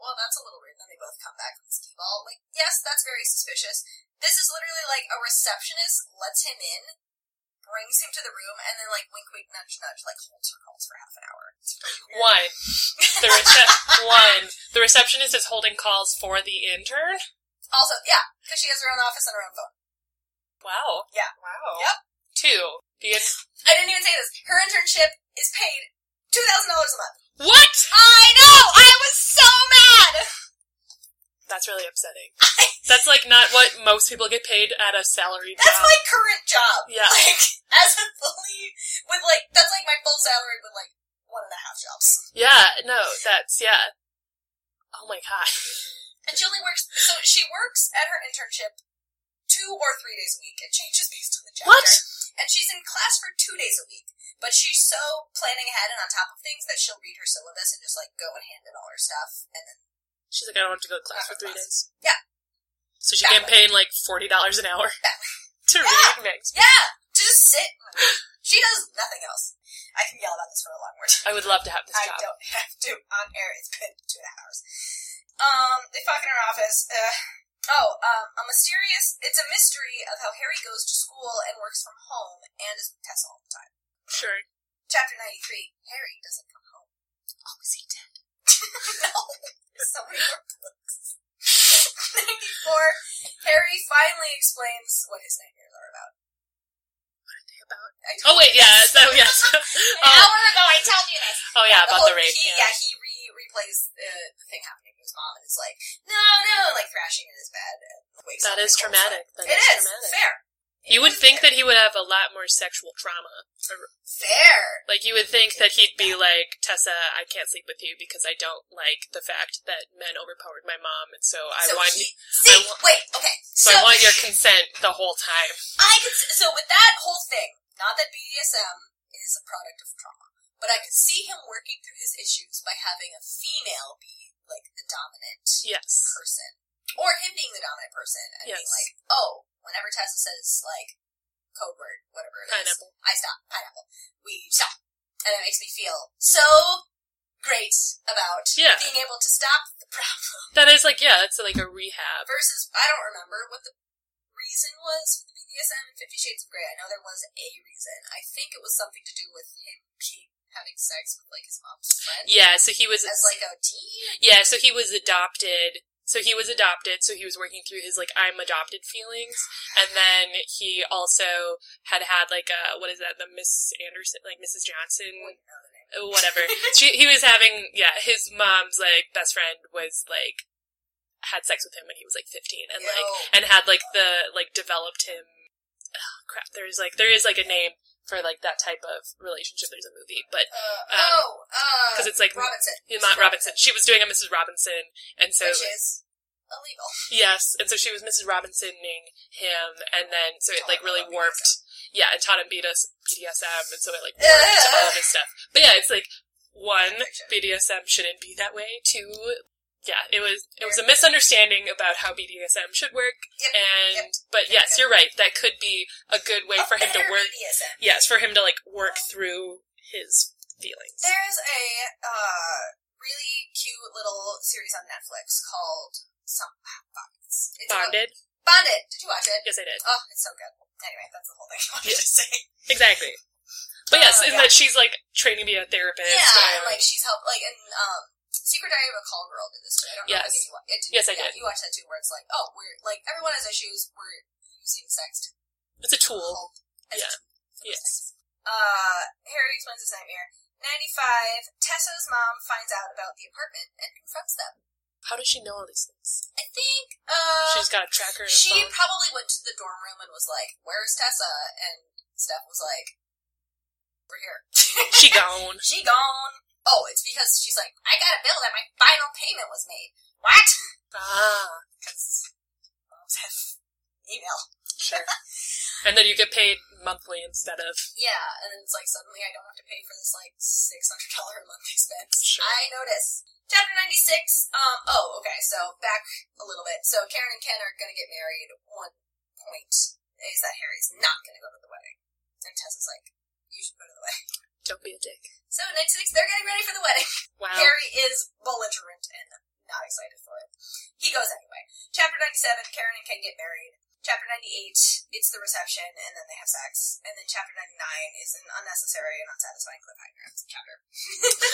S2: well, that's a little weird. Then they both come back from the ski ball. Like, yes, that's very suspicious. This is literally like a receptionist lets him in, brings him to the room, and then like wink, wink, nudge, nudge, like holds her calls for half an hour. It's pretty weird.
S3: One, the recep- one, the receptionist is holding calls for the intern.
S2: Also, yeah, because she has her own office and her own phone.
S3: Wow.
S2: Yeah.
S3: Wow.
S2: Yep.
S3: Two. The in-
S2: I didn't even say this. Her internship is paid two thousand dollars a month.
S3: what?
S2: I know. I was so mad.
S3: That's really upsetting. That's like not what most people get paid at a salary
S2: That's
S3: job.
S2: my current job.
S3: Yeah.
S2: Like, as a fully, with like, that's like my full salary with like one and a half jobs.
S3: yeah. No. That's yeah. Oh my god.
S2: And she only works, so she works at her internship two or three days a week. It changes based on the chapter.
S3: What?
S2: And she's in class for two days a week. But she's so planning ahead and on top of things that she'll read her syllabus and just like go and hand in all her stuff and then
S3: She's like, I don't have to go to class for three days.
S2: Yeah.
S3: So she
S2: That
S3: campaigned like forty dollars an hour to
S2: Yeah.
S3: read Meg's.
S2: Yeah, to just sit. She does nothing else. I can yell about this for a long more time.
S3: I would love to have this
S2: I
S3: job.
S2: don't have to on air. It's been two and a half hours. Um, they fuck in her office. Uh, oh, um, a mysterious. It's a mystery of how Harry goes to school and works from home and is with Tessa all the time.
S3: Sure.
S2: Chapter ninety three. Harry doesn't come home.
S3: Oh, is he dead?
S2: no, so many more books. ninety four. Harry finally explains what his nightmares are about.
S3: about?
S2: I
S3: Oh wait, yeah. So yes.
S2: An
S3: oh,
S2: hour ago, I told you this.
S3: oh yeah, about
S2: Well,
S3: the rape.
S2: He,
S3: Yeah.
S2: yeah. he re replays uh, the thing happening to his mom and is like, no, no, like thrashing in his bed. And wakes
S3: That
S2: up
S3: is
S2: and rolls
S3: traumatic.
S2: up.
S3: That
S2: It is
S3: is traumatic.
S2: fair.
S3: You would think that he would have a lot more sexual trauma.
S2: fair.
S3: Like you would think that he'd be like Tessa, I can't sleep with you because I don't like the fact that men overpowered my mom, and so I
S2: so
S3: want
S2: he, see,
S3: I want-
S2: wait, okay.
S3: so I want your consent the whole time.
S2: I could s- so with that whole thing. Not that BDSM is a product of trauma, but I could see him working through his issues by having a female be like the dominant
S3: Yes.
S2: person, or him being the dominant person and being
S3: Yes.
S2: like, oh, whenever Tessa says like code word, whatever it is,
S3: Pineapple.
S2: I stop. Pineapple. We stop, and it makes me feel so great about
S3: Yeah.
S2: being able to stop the problem.
S3: That is like yeah, that's like a rehab.
S2: Versus, I don't remember what the reason was for the BDSM and Fifty Shades of Grey. I know there was a reason. I think it was something to do with him being- having sex with like his mom's friend
S3: Yeah, so he was
S2: as like a teen.
S3: Yeah, so he was adopted. So he was adopted, so he was working through his like I'm adopted feelings. And then he also had had like a what is that, the Miss Anderson like Mrs. Johnson Oh,
S2: Wouldn't know the name.
S3: whatever. she, he was having, yeah, his mom's like best friend was like had sex with him when he was like 15 and like
S2: Ew.
S3: and had like the like developed him. Oh, crap, there's like there is like a name for like that type of relationship. There's a movie, but
S2: Uh,
S3: Um,
S2: oh, uh,
S3: 'cause it's like-
S2: Robinson.
S3: not Robinson. She was doing a Mrs. Robinson, and so
S2: which is illegal.
S3: Yes, and so she was Mrs. Robinsoning him, and then so it like really
S2: Taught him about
S3: warped. Yeah, and taught him BDS- BDSM, and so it like
S2: Ugh.
S3: warped all of his stuff. But yeah, it's like one
S2: Fiction.
S3: BDSM shouldn't be that way. Two, yeah, it was it was a misunderstanding about how BDSM should work.
S2: Yep,
S3: And
S2: yep.
S3: but yes, you're right. That could be a good way
S2: A
S3: for him to
S2: better
S3: work.
S2: BDSM.
S3: Yes, for him to like work through his feelings.
S2: There is a uh, really cute little series on Netflix called some ah, fuck, it's, it's about-
S3: Bonded.
S2: Bonded. Did you watch it?
S3: Yes, I did.
S2: Oh, it's so good. Anyway, that's the whole thing I wanted to
S3: Yes.
S2: say.
S3: Exactly. But yes,
S2: Oh,
S3: in
S2: yeah.
S3: that she's like training to be a therapist.
S2: Yeah, and,
S3: and-
S2: like she's helped, like in um, Secret Diary of a Call Girl did this. Too. I don't know
S3: Yes.
S2: if you watched it.
S3: Yes, I
S2: yeah,
S3: did.
S2: You watched that too, where it's like, oh, we're like everyone has issues. We're using sex to
S3: it's a tool.
S2: help as a
S3: Yeah. Yes.
S2: Uh, Harry explains his nightmare. 95, Tessa's mom finds out about the apartment and confronts them.
S3: How does she know all these things?
S2: I think, uh,
S3: She's got a tracker in her
S2: she
S3: phone.
S2: probably went to the dorm room and was like, where's Tessa? And Steph was like, we're here.
S3: She gone.
S2: she gone. Oh, it's because she's like, I got a bill that my final payment was made. What?
S3: Ah,
S2: Because moms have email.
S3: sure. and then you get paid monthly instead of.
S2: Yeah, and it's like suddenly I don't have to pay for this like six hundred dollar a month expense.
S3: Sure.
S2: I notice. Chapter ninety six. Um. Oh, okay. So back a little bit. So Karen and Ken are gonna get married. One point is that Harry's not gonna go to the wedding, and Tessa's like, "You should go to the wedding."
S3: Don't be a dick.
S2: So ninety six, they're getting ready for the wedding.
S3: Wow.
S2: Harry is belligerent and not excited for it. He goes anyway. Chapter 97, Karen and Ken get married. Chapter 98, it's the reception, and then they have sex. And then chapter 99 is an unnecessary and unsatisfying cliffhanger of the chapter.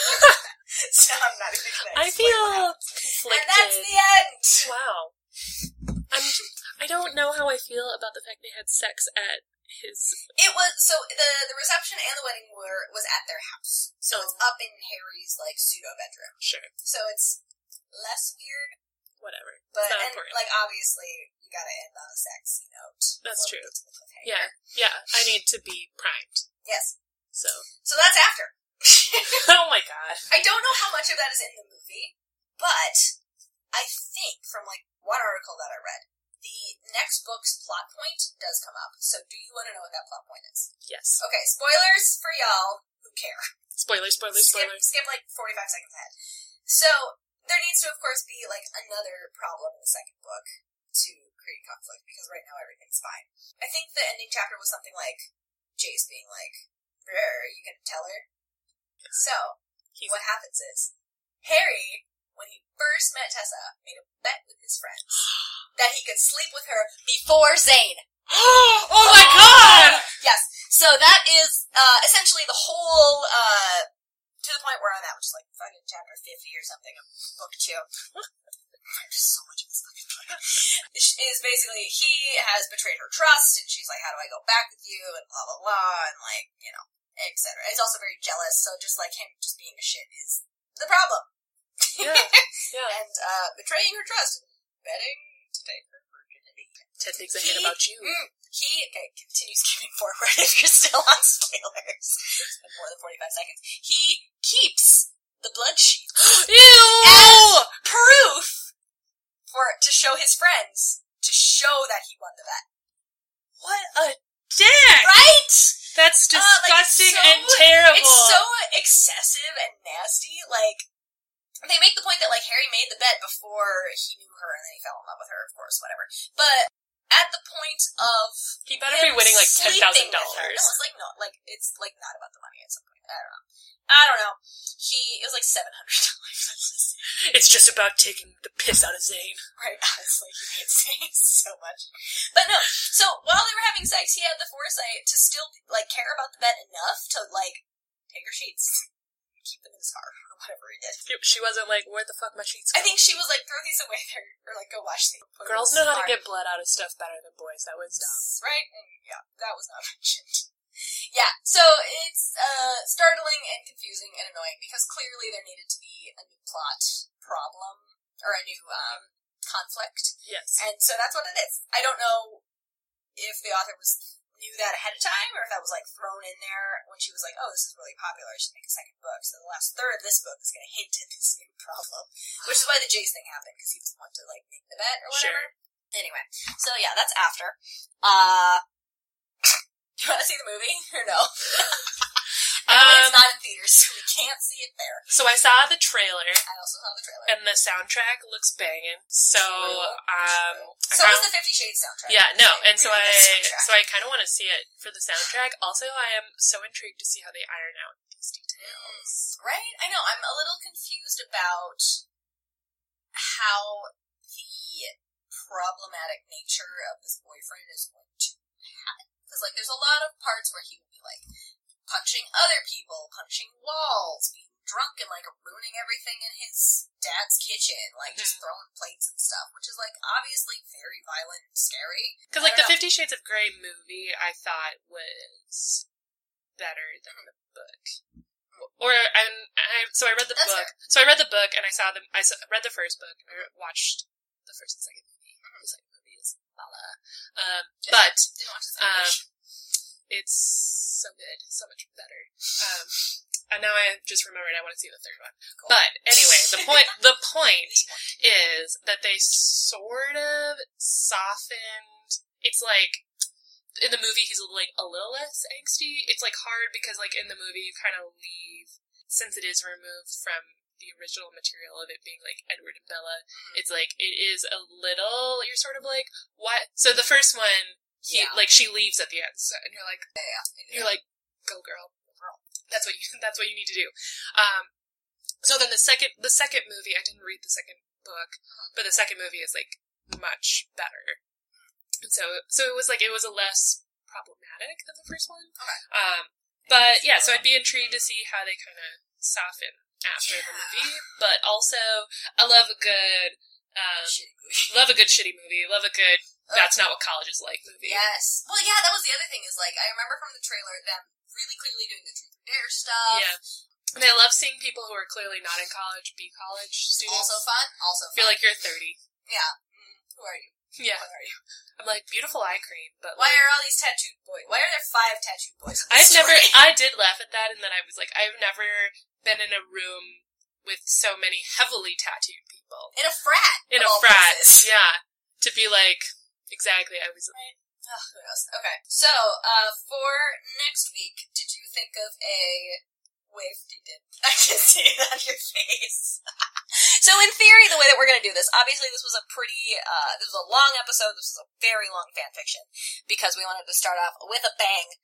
S2: so I'm not even gonna
S3: I
S2: explain
S3: feel
S2: what happened.
S3: conflicted.
S2: And that's the end!
S3: wow. I'm. I don't know how I feel about the fact they had sex at his.
S2: It was, so the, the reception and the wedding were, was at their house. So it's
S3: Oh.
S2: up in Harry's, like, pseudo bedroom.
S3: Sure.
S2: So it's less weird,
S3: Whatever.
S2: But
S3: it's not
S2: and,
S3: important.
S2: like obviously you gotta end on a sexy note.
S3: That's
S2: before we
S3: true.
S2: get to the cliffhanger.
S3: yeah. Yeah. I need to be primed.
S2: Yes.
S3: So.
S2: So that's after.
S3: oh my god.
S2: I don't know how much of that is in the movie, but I think from like one article that I read, the next book's plot point does come up. So do you want to know what that plot point is?
S3: Yes.
S2: Okay, spoilers for y'all who care.
S3: Spoiler. Spoiler.
S2: skip,
S3: Spoiler.
S2: skip like 45 seconds ahead. So, There needs to, of course, be like another problem in the second book to create conflict because right now everything's fine. I think the ending chapter was something like Jace being like, "Brr, you gonna tell her?" So
S3: He's-
S2: what happens is Harry, when he first met Tessa, made a bet with his friends that he could sleep with her before Zane.
S3: oh my god!
S2: Yes. So that is uh, essentially the whole. Uh, to the point where I'm at, which is like fucking chapter 50 or something of book two. There's so much of this fucking book. Is basically he has betrayed her trust, and she's like, "How do I go back with you?" and blah blah blah, and like you know, etc. He's also very jealous, so just like him just being a shit is the problem.
S3: Yeah, yeah.
S2: and uh, betraying her trust, betting to take her virginity.
S3: Ten things I hate about you.
S2: Mm, he okay continues skipping forward if you're still on spoilers. It's been more than forty-five seconds. He keeps the blood sheet
S3: Ew!
S2: proof for to show his friends to show that he won the bet.
S3: What a dick!
S2: Right?
S3: That's
S2: Uh, like, it's
S3: disgusting
S2: so-
S3: and terrible.
S2: It's so excessive and nasty. Like they make the point that like Harry made the bet before he knew her, and then he fell in love with her, of course, whatever. But at the point of
S3: he better be
S2: him
S3: winning like ten
S2: sleeping
S3: thousand
S2: with her.
S3: dollars.
S2: No, it's like not like it's like not about the money at some point. I don't know. I don't know. He it was like seven hundred dollars.
S3: It's just about taking the piss out of Zane.
S2: right? Honestly, you could say so much. But no. So while they were having sex, he had the foresight to still like care about the bed enough to like take her sheets, keep them in his car, or whatever he did.
S3: She wasn't like, where the fuck my sheets?
S2: I think she was like throw these away there, or like go wash these. Put them in
S3: Girls
S2: his
S3: know how to
S2: car.
S3: get blood out of stuff better than boys. That was dumb.
S2: um, right? And yeah, that was not mentioned. Yeah, so it's uh, startling and confusing and annoying because clearly there needed to be a new plot problem or a new um, conflict,
S3: Yes.
S2: and so that's what it is. I don't know if the author was knew that ahead of time or if that was like thrown in there when she was like, "Oh, this is really popular. I should make a second book." So the last third of this book is going to hint at this new problem, which is why the Jace thing happened because he just wanted to like make the bet or whatever.
S3: Sure.
S2: Anyway, so yeah, that's after. Uh, do you want to see the movie or no? I know
S3: Um,
S2: it's not in theaters, so we can't see it there.
S3: so I saw the trailer,
S2: I also saw the trailer.
S3: and the soundtrack looks banging. So, um, I
S2: so was
S3: found-
S2: the Fifty Shades soundtrack.
S3: yeah, no, and so I,
S2: Really good soundtrack.
S3: so I kind of want to see it for the soundtrack. Also, I am so intrigued to see how they iron out these details.
S2: right? I know. I'm a little confused about how the problematic nature of this boyfriend is going to happen. Because, like, there's a lot of parts where he would be, like, punching other people, punching walls, being drunk and, like, ruining everything in his dad's kitchen, like, just
S3: Mhm.
S2: throwing plates and stuff, which is, like, obviously very violent and scary.
S3: Because
S2: I
S3: like the
S2: don't know.
S3: Fifty Shades of Grey movie, I thought was better than the book. Or and I, so I read the
S2: That's
S3: book. So I read the book and I saw the I saw, read the first book. I re- watched the first and second movie. The second movie is la la. Um, but
S2: Mm-hmm. Didn't watch this
S3: um,
S2: English.
S3: it's so good, so much better. Um, and now I just remembered I want to see the third one. But anyway, the point the point is that they sort of softened. It's like in the movie he's like a little less angsty. It's like hard because like in the movie you kind of leave since it is removed from the original material of it being like Edward and Bella. It's like it is a little. You're sort of like what? So the first one. He,
S2: Yeah.
S3: like she leaves at the end, so, and you're like,
S2: Yeah.
S3: um, you're like, go girl, go girl. That's what you. That's what you need to do. Um, so then the second, the second movie, I didn't read the second book, but the second movie is like much better. And so, so it was like it was a less problematic than the first one.
S2: Okay.
S3: Um, but yeah, so I'd be intrigued to see how they kind of soften after the
S2: Yeah.
S3: movie. But also, I love a good, um,
S2: Oh,
S3: love a good shitty movie. Love a good. That's not what college is like. Movie.
S2: Yes. Well, yeah, that was the other thing is like I remember from the trailer them really clearly doing the truth or dare stuff.
S3: Yeah. And I love seeing people who are clearly not in college be college students.
S2: Also fun. Also
S3: I
S2: fun.
S3: feel like you're 30.
S2: yeah. Mm, who are you?
S3: Yeah.
S2: What are you?
S3: I'm like, beautiful eye cream, but
S2: Why
S3: like,
S2: are all these tattooed boys? Why are there five tattooed boys? in
S3: I've
S2: this
S3: never,
S2: story?
S3: I did laugh at that, and then I was like, I've never been in a room with so many heavily tattooed people.
S2: in a frat.
S3: In
S2: of
S3: a
S2: all
S3: frat.
S2: places.
S3: Yeah. To be like, exactly, I was,
S2: Ugh, who knows? Okay. So uh, for next week, did you think of a? Wave did I can see it on your face. So in theory, the way that we're going to do this, obviously this was a pretty, uh, this was a long episode. This was a very long fan fiction because we wanted to start off with a bang.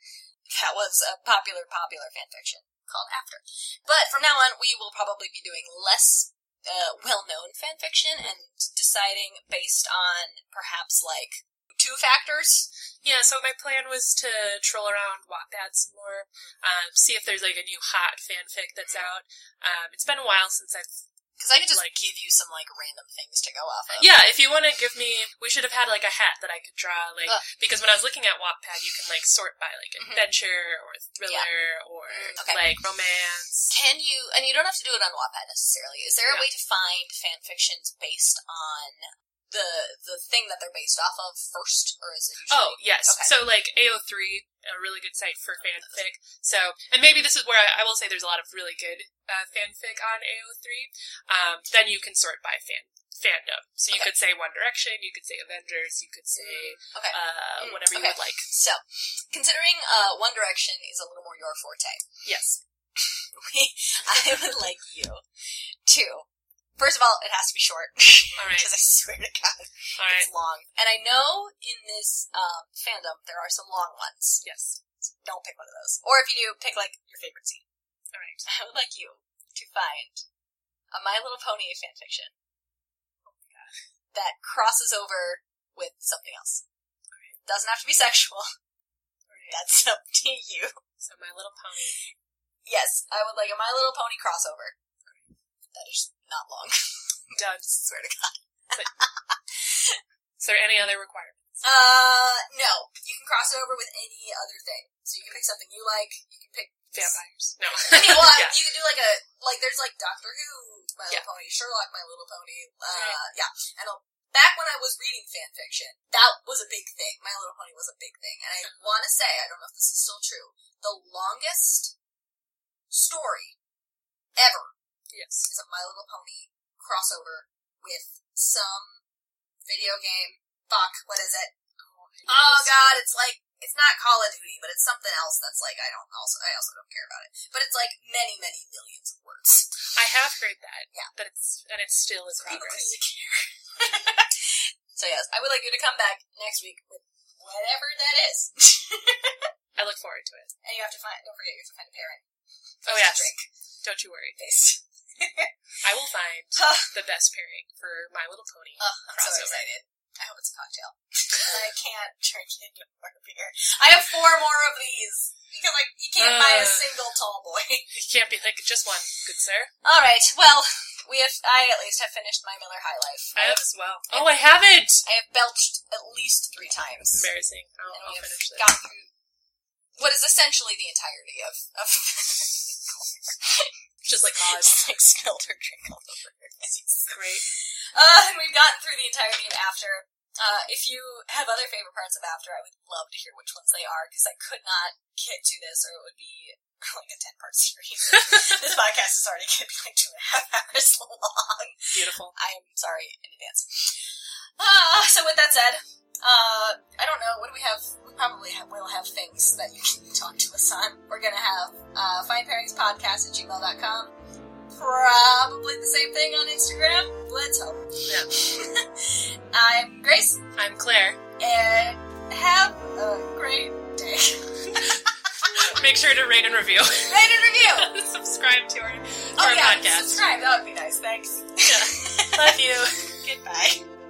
S2: That was a popular, popular fan fiction called After. But from now on, we will probably be doing less uh, well-known fan fiction and deciding based on perhaps like two factors.
S3: Yeah, so my plan was to troll around Wattpad some more, um, see if there's like a new hot fanfic that's
S2: Mm-hmm.
S3: out. Um, it's been a while since I've
S2: Because I could just
S3: Like-
S2: give you some like random things to go off of.
S3: Yeah, if you want to give me, we should have had like a hat that I could draw, like
S2: Ugh.
S3: because when I was looking at Wattpad, you can like sort by like
S2: Mhm.
S3: adventure or thriller or
S2: Mm, okay.
S3: like romance.
S2: Can you, and you don't have to do it on Wattpad necessarily, is there a way
S3: Yeah.
S2: to find fan fictions based on the the thing that they're based off of first, or is it usually...
S3: Oh yes,
S2: Okay.
S3: so like AO3, a really good site for fanfic. So, and maybe this is where I, I will say there's a lot of really good uh, fanfic on AO3. Um, then you can sort by fan fandom. So you
S2: Okay.
S3: could say One Direction, you could say Avengers, you could say
S2: Okay.
S3: uh,
S2: Mm,
S3: whatever you
S2: okay.
S3: would like.
S2: So, considering uh, One Direction is a little more your forte,
S3: Yes.
S2: we- I would like you to. First of all, it has to be short
S3: All right.
S2: because I swear to God,
S3: All right.
S2: it's long. And I know in this um, fandom there are some long ones.
S3: Yes.
S2: Don't pick one of those, or if you do, pick like your favorite scene.
S3: All right.
S2: I would like you to find a My Little Pony fanfiction
S3: Oh
S2: that crosses over with something else. Doesn't have to be sexual. That's up to you.
S3: So My Little Pony.
S2: Yes, I would like a My Little Pony crossover. That is not long.
S3: Done.
S2: Swear to God.
S3: Is there any other requirement?
S2: Uh, no. You can cross it over with any other thing. So you can pick something you like. You can pick
S3: Vampires. No.
S2: I mean, well,
S3: Yeah.
S2: you can do like a like. There's like Doctor Who, My Little
S3: Yeah.
S2: Pony, Sherlock, My Little Pony. Uh,
S3: Right.
S2: Yeah, and I'll, back when I was reading fan fiction, that was a big thing. My Little Pony was a big thing, and I want to say I don't know if this is still true. The longest story ever
S3: Yes.
S2: is a My Little Pony crossover with some video game. Fuck, what is it? Oh god, it's like it's not Call of Duty, but it's something else that's like I don't also I also don't care about it. But it's like many, many millions of words.
S3: I have heard that.
S2: Yeah.
S3: That it's and it's still in
S2: People don't
S3: progress.
S2: really care. so yes, I would like you to come back next week with whatever that is.
S3: I look forward to it.
S2: and you have to find don't forget you have to find a parent.
S3: Oh
S2: Just
S3: yes.
S2: Drink
S3: Don't you worry.
S2: based.
S3: I will find
S2: Huh.
S3: the best pairing for My Little Pony.
S2: Oh, I'm so
S3: Crossover.
S2: excited. I hope it's a cocktail. I can't drink any more beer. I have four more of these. Because like you can't buy a
S3: Uh.
S2: single tall boy.
S3: You can't be like just one, good sir.
S2: All right. Well, we have. I at least have finished my Miller High Life.
S3: I have as well. Oh, I haven't.
S2: I have belched at least three times.
S3: Embarrassing. I'll,
S2: and
S3: I'll
S2: we have
S3: finish this.
S2: gotten what is essentially the entirety of of
S3: Just like
S2: I
S3: college.
S2: just like spilled her drink all over her face.
S3: Great.
S2: Uh, and we've gotten through the entirety of After. Uh, if you have other favorite parts of After, I would love to hear which ones they are because I could not get to this, or it would be like a ten part series. this podcast is already going to be like two and a half hours long.
S3: Beautiful.
S2: I am sorry in advance. Uh, so with that said, uh, I don't know. What do we have? We probably have, will have things that you can talk to us on. We're gonna have uh, fine pairings podcast at gmail.com. Probably the same thing on Instagram. Let's hope. I'm Grace,
S3: I'm Claire.
S2: and have a great day.
S3: Make sure to rate and review.
S2: Rate and review.
S3: Subscribe to our, to
S2: Oh
S3: our
S2: yeah,
S3: podcast.
S2: subscribe. That would be nice. Thanks.
S3: Love you.
S2: Goodbye.